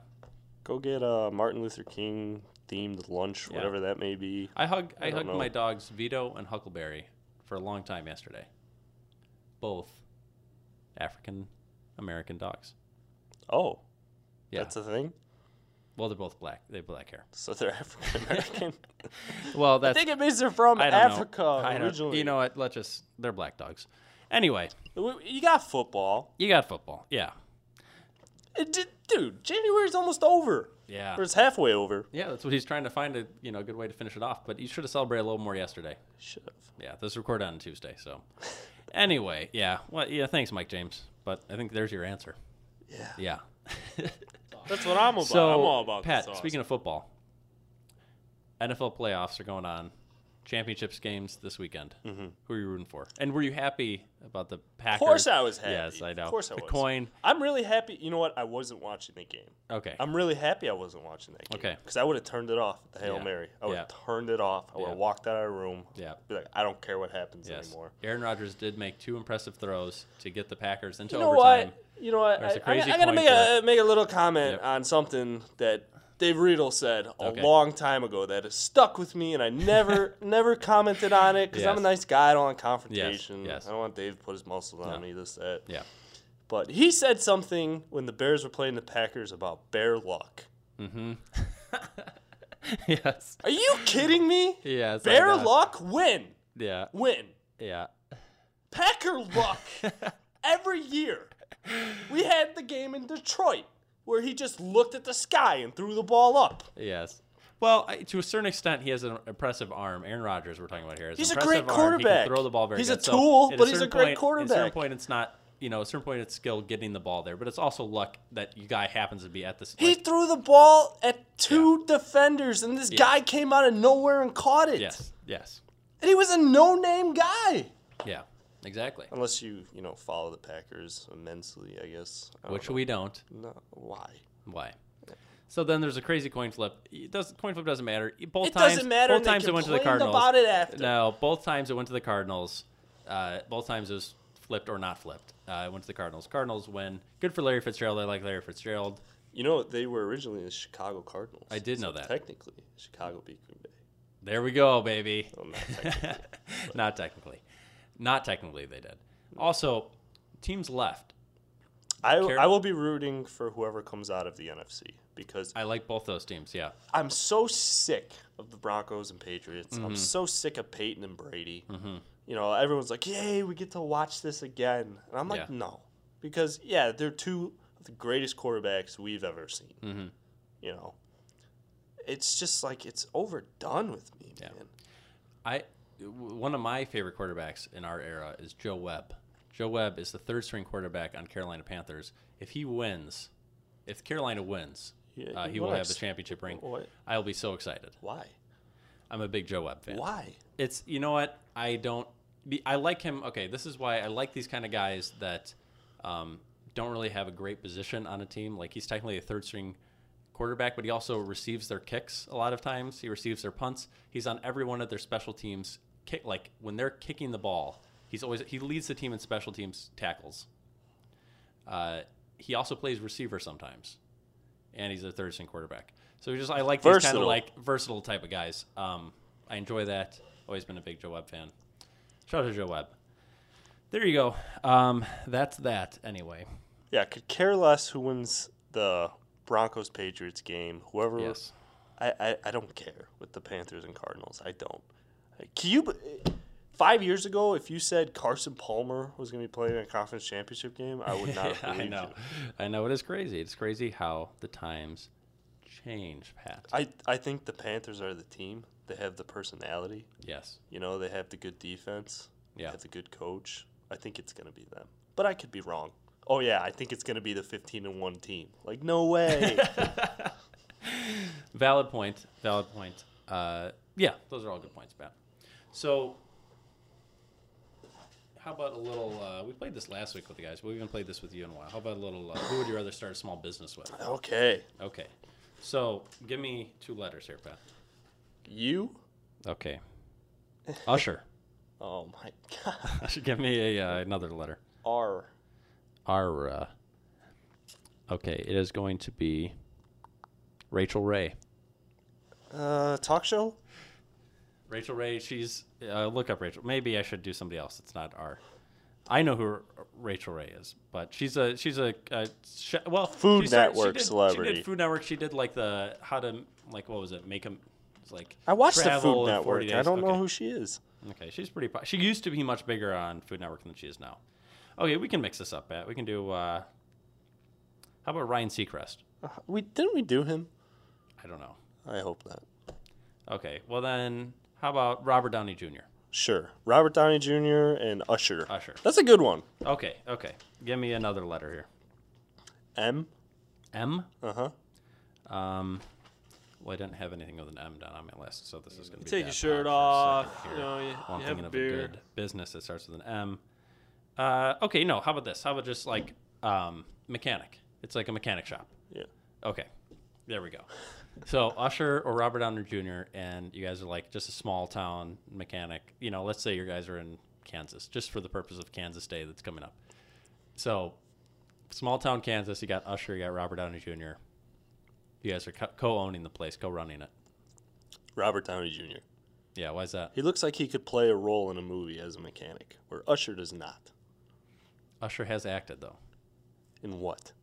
[SPEAKER 8] Go get a Martin Luther King themed lunch,
[SPEAKER 7] Yeah.
[SPEAKER 8] whatever that may be.
[SPEAKER 7] I hug. I,
[SPEAKER 8] don't
[SPEAKER 7] hugged
[SPEAKER 8] know.
[SPEAKER 7] my dogs Vito and Huckleberry for a long time yesterday. Both African American dogs.
[SPEAKER 8] Oh,
[SPEAKER 7] Yeah.
[SPEAKER 8] that's a thing.
[SPEAKER 7] Well, they're both black. They have black hair.
[SPEAKER 8] So they're African American.
[SPEAKER 7] Well, that's.
[SPEAKER 8] I think it means they're from
[SPEAKER 7] I don't know.
[SPEAKER 8] Africa
[SPEAKER 7] I don't-
[SPEAKER 8] originally.
[SPEAKER 7] You know what? Let's just. They're black dogs. Anyway,
[SPEAKER 8] you got football.
[SPEAKER 7] You got football. Yeah.
[SPEAKER 8] It did, dude, January's almost over.
[SPEAKER 7] Yeah.
[SPEAKER 8] Or it's halfway over.
[SPEAKER 7] Yeah, that's what he's trying to find a you know good way to finish it off. But you should have celebrated a little more yesterday.
[SPEAKER 8] Should have.
[SPEAKER 7] Yeah, this is recorded on Tuesday. So anyway, yeah. Well, yeah. Thanks, Mike James. But I think there's your answer.
[SPEAKER 8] Yeah.
[SPEAKER 7] Yeah.
[SPEAKER 8] That's what I'm about.
[SPEAKER 7] So,
[SPEAKER 8] I'm all about
[SPEAKER 7] Pat,
[SPEAKER 8] the sauce.
[SPEAKER 7] speaking of football, NFL playoffs are going on. Championships games this weekend. Mm-hmm. Who are you rooting for? And were you happy about the Packers?
[SPEAKER 8] Of course I was happy.
[SPEAKER 7] Yes, I know.
[SPEAKER 8] Of course I
[SPEAKER 7] the
[SPEAKER 8] was.
[SPEAKER 7] coin.
[SPEAKER 8] I'm really happy. You know what? I wasn't watching the game.
[SPEAKER 7] Okay.
[SPEAKER 8] I'm really happy I wasn't watching that game.
[SPEAKER 7] Okay.
[SPEAKER 8] Because I would have turned it off at the Hail
[SPEAKER 7] Yeah.
[SPEAKER 8] Mary. I would have
[SPEAKER 7] Yeah.
[SPEAKER 8] turned it off. I would
[SPEAKER 7] Yeah.
[SPEAKER 8] have walked out of the room.
[SPEAKER 7] Yeah.
[SPEAKER 8] Be like, I don't care what happens
[SPEAKER 7] Yes.
[SPEAKER 8] anymore.
[SPEAKER 7] Aaron Rodgers did make two impressive throws to get the Packers into
[SPEAKER 8] You know
[SPEAKER 7] overtime.
[SPEAKER 8] what? You know what?
[SPEAKER 7] There's a
[SPEAKER 8] I, I,
[SPEAKER 7] crazy
[SPEAKER 8] I gotta
[SPEAKER 7] point
[SPEAKER 8] make
[SPEAKER 7] for
[SPEAKER 8] a
[SPEAKER 7] that.
[SPEAKER 8] make a little comment on something that Dave Riedel said a
[SPEAKER 7] Okay.
[SPEAKER 8] long time ago that has stuck with me, and I never never commented on it because I'm a
[SPEAKER 7] Yes.
[SPEAKER 8] nice guy. I don't want confrontation.
[SPEAKER 7] yes.
[SPEAKER 8] I don't want Dave to put his muscles on me. This that.
[SPEAKER 7] Yeah.
[SPEAKER 8] But he said something when the Bears were playing the Packers about bear luck.
[SPEAKER 7] Mm-hmm. yes.
[SPEAKER 8] Are you kidding me?
[SPEAKER 7] Yes. I
[SPEAKER 8] Bear
[SPEAKER 7] know.
[SPEAKER 8] luck win.
[SPEAKER 7] Yeah.
[SPEAKER 8] Win.
[SPEAKER 7] Yeah.
[SPEAKER 8] Packer luck every year. We had the game in Detroit where he just looked at the sky and threw the ball up.
[SPEAKER 7] Yes. Well, I, to a certain extent, he has an impressive arm. Aaron Rodgers, we're talking about here. has an
[SPEAKER 8] He's a
[SPEAKER 7] impressive
[SPEAKER 8] great
[SPEAKER 7] arm. He can
[SPEAKER 8] quarterback.
[SPEAKER 7] throw the ball very
[SPEAKER 8] He's a
[SPEAKER 7] good. So,
[SPEAKER 8] tool,
[SPEAKER 7] at
[SPEAKER 8] but he's a
[SPEAKER 7] certain
[SPEAKER 8] great
[SPEAKER 7] point- At a certain
[SPEAKER 8] quarterback.
[SPEAKER 7] point, it's not. You know, at a certain point, it's skill getting the ball there, but it's also luck that you guy happens to be at this.
[SPEAKER 8] He threw the ball at two defenders, and this
[SPEAKER 7] Yeah.
[SPEAKER 8] guy came out of nowhere and caught it.
[SPEAKER 7] yes, yes,
[SPEAKER 8] And he was a no name guy.
[SPEAKER 7] yeah, exactly.
[SPEAKER 8] Unless you, you know, follow the Packers immensely, I guess. I don't
[SPEAKER 7] Which
[SPEAKER 8] know.
[SPEAKER 7] we don't.
[SPEAKER 8] No, why?
[SPEAKER 7] Why? So then there's a crazy coin flip. It does coin flip doesn't matter. Both
[SPEAKER 8] It
[SPEAKER 7] times,
[SPEAKER 8] doesn't matter,
[SPEAKER 7] Both
[SPEAKER 8] and they
[SPEAKER 7] times it went to the
[SPEAKER 8] complained
[SPEAKER 7] Cardinals.
[SPEAKER 8] about it after.
[SPEAKER 7] No, both times it went to the Cardinals. Uh, both times it was flipped or not flipped. Uh, it went to the Cardinals. Cardinals win. Good for Larry Fitzgerald. I like Larry Fitzgerald.
[SPEAKER 8] You know, they were originally the Chicago Cardinals.
[SPEAKER 7] I did know that.
[SPEAKER 8] Technically, Chicago beat Green Bay.
[SPEAKER 7] There we go, baby.
[SPEAKER 8] Well, not technically,
[SPEAKER 7] not technically. Not technically, they did. Also, teams left.
[SPEAKER 8] I,
[SPEAKER 7] Care-
[SPEAKER 8] I will be rooting for whoever comes out of the NFC because
[SPEAKER 7] I like both those teams. Yeah.
[SPEAKER 8] I'm so sick of the Broncos and Patriots. I'm
[SPEAKER 7] Mhm.
[SPEAKER 8] so sick of Peyton and Brady.
[SPEAKER 7] Mhm.
[SPEAKER 8] You know, everyone's like, "Yay, we get to watch this again," and I'm like,
[SPEAKER 7] Yeah.
[SPEAKER 8] "No," because yeah, they're two of the greatest quarterbacks we've ever seen.
[SPEAKER 7] Mm-hmm.
[SPEAKER 8] You know, it's just like it's overdone with me, man.
[SPEAKER 7] I w- one of my favorite quarterbacks in our era is Joe Webb. Joe Webb is the third string quarterback on Carolina Panthers. If he wins, if Carolina wins,
[SPEAKER 8] Yeah,
[SPEAKER 7] uh,
[SPEAKER 8] you
[SPEAKER 7] he will
[SPEAKER 8] wanna
[SPEAKER 7] have the
[SPEAKER 8] ex-
[SPEAKER 7] championship ring.
[SPEAKER 8] what-
[SPEAKER 7] I'll be so excited.
[SPEAKER 8] Why?
[SPEAKER 7] I'm a big Joe Webb fan.
[SPEAKER 8] Why?
[SPEAKER 7] It's you know what I don't. Be, I like him. Okay, this is why I like these kind of guys that um, don't really have a great position on a team. Like he's technically a third string quarterback, but he also receives their kicks a lot of times. He receives their punts. He's on every one of their special teams. Kick like when they're kicking the ball, he's always he leads the team in special teams tackles. Uh, he also plays receiver sometimes, and he's a third string quarterback. So just I like these kind of
[SPEAKER 8] Versatile.
[SPEAKER 7] like versatile type of guys. Um, I enjoy that. Always been a big Joe Webb fan. Shout out to Joe Webb. There you go. Um, that's that. Anyway,
[SPEAKER 8] Yeah, could care less who wins the Broncos Patriots game. Whoever,
[SPEAKER 7] Yes.
[SPEAKER 8] I, I I don't care with the Panthers and Cardinals. I don't. Can you? b- Five years ago, if you said Carson Palmer was going to be playing in a conference championship game, I would not
[SPEAKER 7] I
[SPEAKER 8] believe
[SPEAKER 7] know.
[SPEAKER 8] you.
[SPEAKER 7] I know it is crazy. It's crazy how the times change, Pat.
[SPEAKER 8] I I think the Panthers are the team. They have the personality.
[SPEAKER 7] Yes.
[SPEAKER 8] You know, they have the good defense.
[SPEAKER 7] Yeah.
[SPEAKER 8] They have the good coach. I think it's going to be them. But I could be wrong. Oh yeah, I think it's going to be the 15 and 1 team. Like no way.
[SPEAKER 7] Valid point. Valid point. Uh, Yeah, those are all good points, Matt. So, how about a little? Uh, we played this last week with the guys. We haven't played this with you in a while. How about a little? Uh, who would you rather start a small business with?
[SPEAKER 8] Okay.
[SPEAKER 7] Okay. So, give me two letters here, Pat.
[SPEAKER 8] You?
[SPEAKER 7] Okay. Usher.
[SPEAKER 8] Oh my god.
[SPEAKER 7] give me a uh, another letter.
[SPEAKER 8] R.
[SPEAKER 7] R. uh, Okay, it is going to be Rachel Ray.
[SPEAKER 8] Uh, talk show?
[SPEAKER 7] Rachel Ray. She's uh, look up Rachel. Maybe I should do somebody else. It's not R. I know who R- Rachel Ray is, but she's a she's a, uh sh- well
[SPEAKER 8] Food
[SPEAKER 7] she started-
[SPEAKER 8] Network
[SPEAKER 7] she did, She
[SPEAKER 8] celebrity.
[SPEAKER 7] did Food Network. She did like the how to like what was it? Make them like
[SPEAKER 8] I watched the
[SPEAKER 7] travel
[SPEAKER 8] Food
[SPEAKER 7] in
[SPEAKER 8] Network.
[SPEAKER 7] 40
[SPEAKER 8] I
[SPEAKER 7] days.
[SPEAKER 8] don't know
[SPEAKER 7] Okay.
[SPEAKER 8] who she is.
[SPEAKER 7] Okay, she's pretty. Po- she used to be much bigger on Food Network than she is now. Okay, we can mix this up, Pat. We can do. uh How about Ryan Seacrest?
[SPEAKER 8] Uh, We didn't we do him?
[SPEAKER 7] I don't know.
[SPEAKER 8] I hope not.
[SPEAKER 7] Okay, well then, how about Robert Downey Jr.?
[SPEAKER 8] Sure. Robert Downey Jr. and Usher.
[SPEAKER 7] Usher.
[SPEAKER 8] That's a good one.
[SPEAKER 7] Okay, okay. Give me another letter here.
[SPEAKER 8] M.
[SPEAKER 7] M.
[SPEAKER 12] Uh-huh.
[SPEAKER 8] Uh
[SPEAKER 7] huh. Um, well, I didn't have anything with an M down on my list, so this is going to be
[SPEAKER 12] Take your
[SPEAKER 7] bad
[SPEAKER 12] shirt
[SPEAKER 7] pop for a
[SPEAKER 12] off,
[SPEAKER 7] second
[SPEAKER 12] you
[SPEAKER 7] here.
[SPEAKER 12] know, you-
[SPEAKER 7] Well, I'm
[SPEAKER 12] you have
[SPEAKER 7] thinking
[SPEAKER 12] a
[SPEAKER 7] of
[SPEAKER 12] beer.
[SPEAKER 7] a good business that starts with an M. Uh, okay, no. How about this? How about just like um, mechanic? It's like a mechanic shop.
[SPEAKER 8] Yeah.
[SPEAKER 7] Okay. There we go. So Usher or Robert Downer Jr. and you guys are like just a small town mechanic. You know, let's say your guys are in Kansas, just for the purpose of Kansas Day that's coming up. So, small town Kansas, you got Usher, you got Robert Downey Jr. You guys are co owning the place, co running it.
[SPEAKER 8] Robert Downey Jr.
[SPEAKER 7] Yeah, why is that?
[SPEAKER 8] He looks like he could play a role in a movie as a mechanic, where Usher does not.
[SPEAKER 7] Usher has acted, though,
[SPEAKER 8] In what?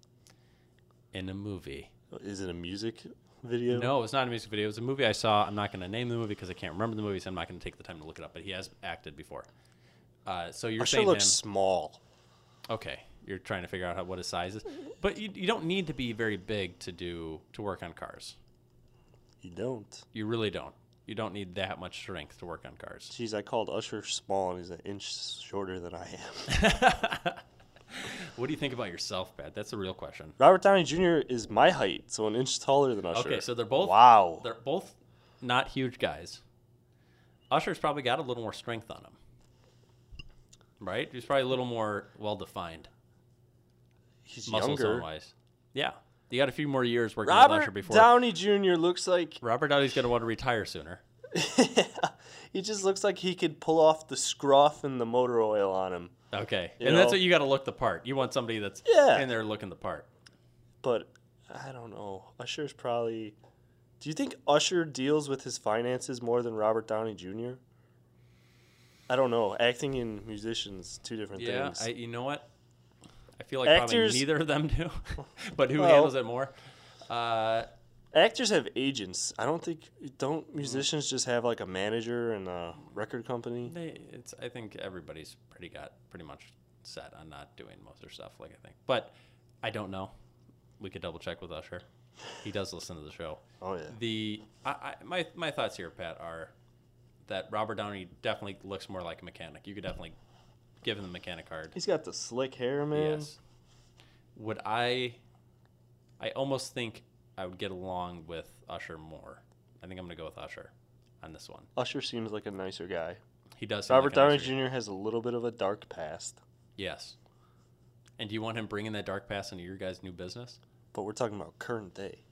[SPEAKER 7] in a movie.
[SPEAKER 8] Is it a music video?
[SPEAKER 7] No, it's not a music video. It was a movie I saw. I'm not going to name the movie because I can't remember the movie, so I'm not going to take the time to look it up. But he has acted before. Uh, so you're
[SPEAKER 8] Usher
[SPEAKER 7] saying
[SPEAKER 8] looks
[SPEAKER 7] him-
[SPEAKER 8] small.
[SPEAKER 7] Okay, you're trying to figure out how, what his size is, but you, you don't need to be very big to do to work on cars.
[SPEAKER 8] You don't.
[SPEAKER 7] You really don't. You don't need that much strength to work on cars.
[SPEAKER 8] Jeez, I called Usher small, and he's an inch shorter than I am.
[SPEAKER 7] What do you think about yourself, Pat? That's the real question.
[SPEAKER 8] Robert Downey Jr. is my height, so an inch taller than Usher.
[SPEAKER 7] Okay, so they're both
[SPEAKER 8] Wow.
[SPEAKER 7] They're both not huge guys. Usher's probably got a little more strength on him, right? He's probably a little more well defined.
[SPEAKER 8] He's
[SPEAKER 7] muscle
[SPEAKER 8] younger.
[SPEAKER 7] tone wise. Yeah, you got a few more years working with Usher
[SPEAKER 8] Robert
[SPEAKER 7] before
[SPEAKER 8] Downey Jr. looks like
[SPEAKER 7] Robert Downey's going to want to retire sooner.
[SPEAKER 8] he just looks like he could pull off the scruff and the motor oil on him.
[SPEAKER 7] Okay,
[SPEAKER 8] You
[SPEAKER 7] and that's
[SPEAKER 8] know?
[SPEAKER 7] what you got to look the part. You want somebody that's
[SPEAKER 8] Yeah.
[SPEAKER 7] in there looking the part.
[SPEAKER 8] But I don't know. Usher's probably. Do you think Usher deals with his finances more than Robert Downey Jr.? I don't know. Acting and musicians, two different
[SPEAKER 7] Yeah,
[SPEAKER 8] things.
[SPEAKER 7] I, you know what? I feel like
[SPEAKER 8] Actors-
[SPEAKER 7] probably neither of them do, but who
[SPEAKER 8] Well-
[SPEAKER 7] handles it more? Uh,
[SPEAKER 8] Actors have agents. I don't think. Don't musicians just have like a manager and a record company?
[SPEAKER 7] They, it's. I think everybody's pretty got pretty much set on not doing most of their stuff. Like I think, but I don't know. We could double check with Usher. He does listen to the show.
[SPEAKER 8] Oh yeah.
[SPEAKER 7] The I, I my my thoughts here, Pat, are that Robert Downey definitely looks more like a mechanic. You could definitely give him the mechanic card.
[SPEAKER 8] He's got the slick hair, man.
[SPEAKER 7] Yes. Would I? I almost think I would get along with Usher more. I think I'm gonna go with Usher on this one.
[SPEAKER 8] Usher seems like a nicer guy.
[SPEAKER 7] He does. seem
[SPEAKER 8] Robert
[SPEAKER 7] like a
[SPEAKER 8] Downey
[SPEAKER 7] nicer guy.
[SPEAKER 8] Jr. has a little bit of a dark past,
[SPEAKER 7] Yes. And do you want him bringing that dark past into your guys' new business?
[SPEAKER 8] but we're talking about current day.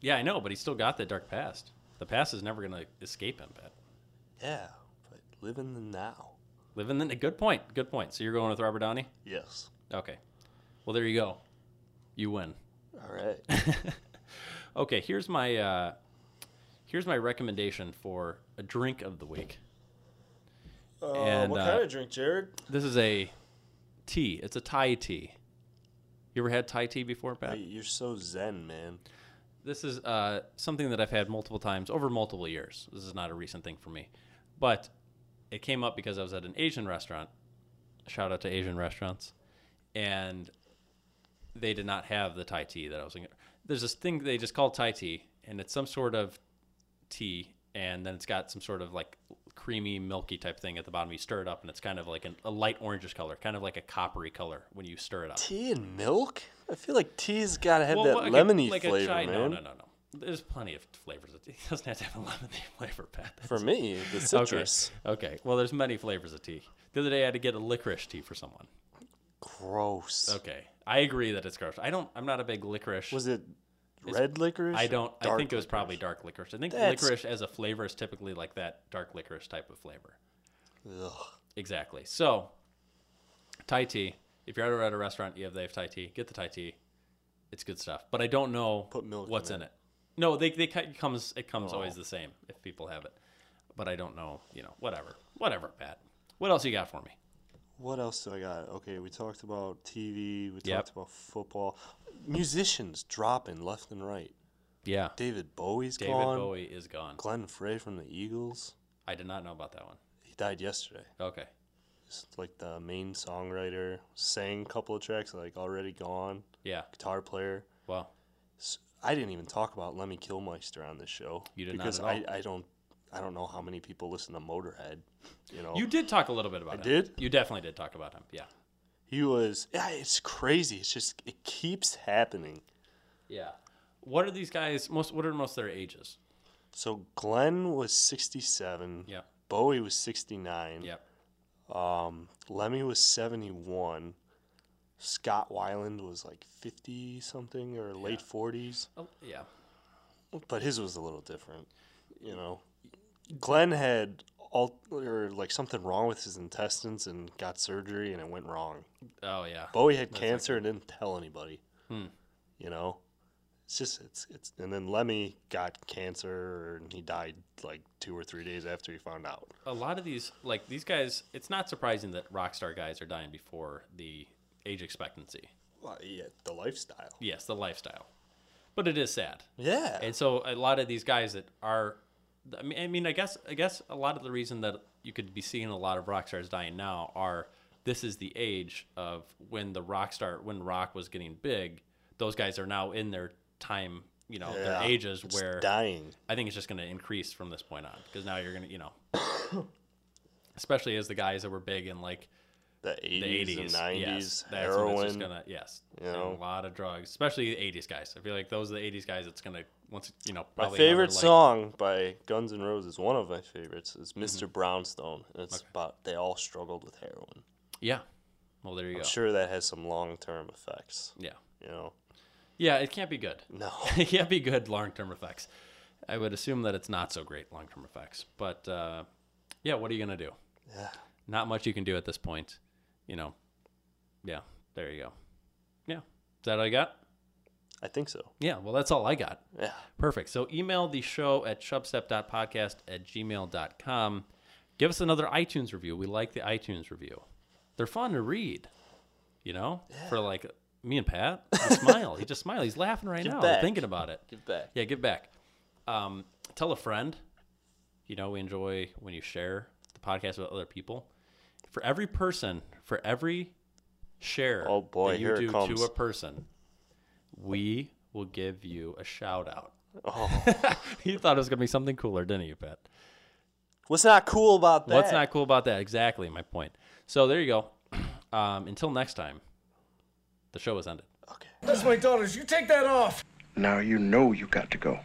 [SPEAKER 7] Yeah, I know, but he's still got that dark past. The past is never going to escape him, Pat.
[SPEAKER 8] Yeah, but live in the now.
[SPEAKER 7] Live in the good point. Good point. So you're going with Robert Downey?
[SPEAKER 8] Yes.
[SPEAKER 7] Okay. Well, there you go. You win.
[SPEAKER 8] All right.
[SPEAKER 7] okay, here's my uh, here's my recommendation for a drink of the week.
[SPEAKER 8] Uh,
[SPEAKER 7] And,
[SPEAKER 8] what
[SPEAKER 7] uh,
[SPEAKER 8] kind of drink, Jared?
[SPEAKER 7] This is a tea. It's a Thai tea. You ever had Thai tea before, Pat?
[SPEAKER 8] Hey, you're so zen, man.
[SPEAKER 7] this is uh, something that I've had multiple times over multiple years. This is not a recent thing for me, but it came up because I was at an Asian restaurant. Shout out to Asian restaurants, and they did not have the Thai tea that I was. Thinking. There's this thing they just call Thai tea, and it's some sort of tea, and then it's got some sort of like creamy, milky type thing at the bottom. You stir it up, and it's kind of like an, a light orangish color, kind of like a coppery color when you stir it up.
[SPEAKER 8] Tea and milk? I feel like tea's got to have
[SPEAKER 7] Well,
[SPEAKER 8] that
[SPEAKER 7] well, okay,
[SPEAKER 8] lemony
[SPEAKER 7] like a
[SPEAKER 8] flavor,
[SPEAKER 7] chai-
[SPEAKER 8] man.
[SPEAKER 7] No, no, no, no. There's plenty of flavors. It doesn't have to have a lemon flavor, Pat.
[SPEAKER 8] For me, the citrus.
[SPEAKER 7] Okay. okay. Well, there's many flavors of tea. The other day, I had to get a licorice tea for someone.
[SPEAKER 8] Gross.
[SPEAKER 7] Okay. I agree that it's gross. I don't. I'm not a big licorice.
[SPEAKER 8] Was it red licorice?
[SPEAKER 7] I don't. I
[SPEAKER 8] Dark
[SPEAKER 7] think it was probably dark licorice. I think
[SPEAKER 8] That's-
[SPEAKER 7] licorice as a flavor is typically like that dark licorice type of flavor.
[SPEAKER 8] Ugh.
[SPEAKER 7] Exactly. So, Thai tea. If you're ever at a restaurant, you have they have Thai tea. Get the Thai tea. It's good stuff. But I don't know what's in it. No, they they cut- it comes it comes
[SPEAKER 8] Oh.
[SPEAKER 7] always the same if people have it. But I don't know. You know, whatever, whatever, Pat. What else you got for me?
[SPEAKER 8] What else do I got? Okay, we talked about TV. We
[SPEAKER 7] Yep.
[SPEAKER 8] talked about football. Musicians dropping left and right.
[SPEAKER 7] Yeah.
[SPEAKER 8] David Bowie's
[SPEAKER 7] David
[SPEAKER 8] gone.
[SPEAKER 7] Bowie is gone.
[SPEAKER 8] Glenn Frey from the Eagles.
[SPEAKER 7] I did not know about that one.
[SPEAKER 8] He died yesterday.
[SPEAKER 7] Okay.
[SPEAKER 8] He's like the main songwriter. Sang a couple of tracks, like Already Gone.
[SPEAKER 7] Yeah.
[SPEAKER 8] Guitar player.
[SPEAKER 7] Wow.
[SPEAKER 8] I didn't even talk about Lemmy Kilmister on this show.
[SPEAKER 7] You did not
[SPEAKER 8] because
[SPEAKER 7] at all.
[SPEAKER 8] I, I don't I don't know how many people listen to Motorhead. You know.
[SPEAKER 7] You did talk a little bit about
[SPEAKER 8] I
[SPEAKER 7] him.
[SPEAKER 8] did?
[SPEAKER 7] You definitely did talk about him. Yeah.
[SPEAKER 8] He was yeah, it's crazy. It's just it keeps happening.
[SPEAKER 7] Yeah. What are these guys? Most what are most of their ages?
[SPEAKER 8] So Glenn was 67.
[SPEAKER 7] Yep.
[SPEAKER 8] Bowie was 69.
[SPEAKER 7] Yep.
[SPEAKER 8] Um, Lemmy was 71. Scott Weiland was like 50 something or late 40s.
[SPEAKER 7] Oh, yeah.
[SPEAKER 8] But his was a little different, you know. Glenn had all or like something wrong with his intestines and got surgery and it went wrong.
[SPEAKER 7] Oh yeah.
[SPEAKER 8] Bowie had
[SPEAKER 7] That's like-
[SPEAKER 8] cancer and didn't tell anybody.
[SPEAKER 7] Hmm.
[SPEAKER 8] You know, it's just it's it's and then Lemmy got cancer and he died like two or three days after he found out.
[SPEAKER 7] a lot of these like these guys it's not surprising that rock star guys are dying before the age expectancy
[SPEAKER 8] Well, yeah, the lifestyle.
[SPEAKER 7] yes the lifestyle but it is sad
[SPEAKER 8] Yeah.
[SPEAKER 7] and so a lot of these guys that are I mean, I mean i guess i guess a lot of the reason that you could be seeing a lot of rock stars dying now are this is the age of when the rock star when rock was getting big those guys are now in their time you know their
[SPEAKER 8] Yeah,
[SPEAKER 7] ages
[SPEAKER 8] it's
[SPEAKER 7] where
[SPEAKER 8] dying.
[SPEAKER 7] i think it's just going to increase from this point on because now you're going to you know especially as the guys that were big in like
[SPEAKER 8] the 80s and 90s,
[SPEAKER 7] yes, that's when it's just
[SPEAKER 8] heroin,
[SPEAKER 7] gonna yes,
[SPEAKER 8] you
[SPEAKER 7] and
[SPEAKER 8] know.
[SPEAKER 7] a lot of drugs, especially the 80s guys. I feel like those are the 80s guys. It's gonna once you know.
[SPEAKER 8] My
[SPEAKER 7] Probably
[SPEAKER 8] favorite
[SPEAKER 7] another, like-
[SPEAKER 8] song by Guns N' Roses, one of my favorites,
[SPEAKER 7] Mm-hmm.
[SPEAKER 8] is mister Brownstone. And it's about they all struggled with heroin.
[SPEAKER 7] Yeah. Well, there you
[SPEAKER 8] I'm
[SPEAKER 7] go.
[SPEAKER 8] sure that has some long term effects.
[SPEAKER 7] Yeah.
[SPEAKER 8] You know,
[SPEAKER 7] Yeah, it can't be good.
[SPEAKER 8] No,
[SPEAKER 7] it can't be good long-term effects. I would assume that it's not so great long-term effects, but uh, yeah, what are you gonna do?
[SPEAKER 8] Yeah.
[SPEAKER 7] Not much you can do at this point, you know. Yeah, there you go. Yeah, is that all I got?
[SPEAKER 8] I think so.
[SPEAKER 7] Yeah, well, that's all I got.
[SPEAKER 8] Yeah.
[SPEAKER 7] Perfect. So email the show at shubstep.podcast at gmail.com. Give us another iTunes review. We like the iTunes review. They're fun to read, you know? For like me and Pat, he smile. He just smile. He's laughing right
[SPEAKER 8] Give
[SPEAKER 7] now
[SPEAKER 8] back.
[SPEAKER 7] thinking about it.
[SPEAKER 8] Give back.
[SPEAKER 7] Yeah, give back. Um, tell a friend. You know, we enjoy when you share the podcast with other people. For every person, for every share
[SPEAKER 8] Oh, boy,
[SPEAKER 7] that you
[SPEAKER 8] here it
[SPEAKER 7] do
[SPEAKER 8] comes.
[SPEAKER 7] to a person, we will give you a shout out.
[SPEAKER 8] Oh.
[SPEAKER 7] you thought it was going to be something cooler, didn't you, Pat?
[SPEAKER 8] What's not cool about that?
[SPEAKER 7] What's not cool about that? Exactly my point. So there you go. Um, until next time, the show has ended.
[SPEAKER 5] That's my daughters. You take that off.
[SPEAKER 12] Now you know you got to go.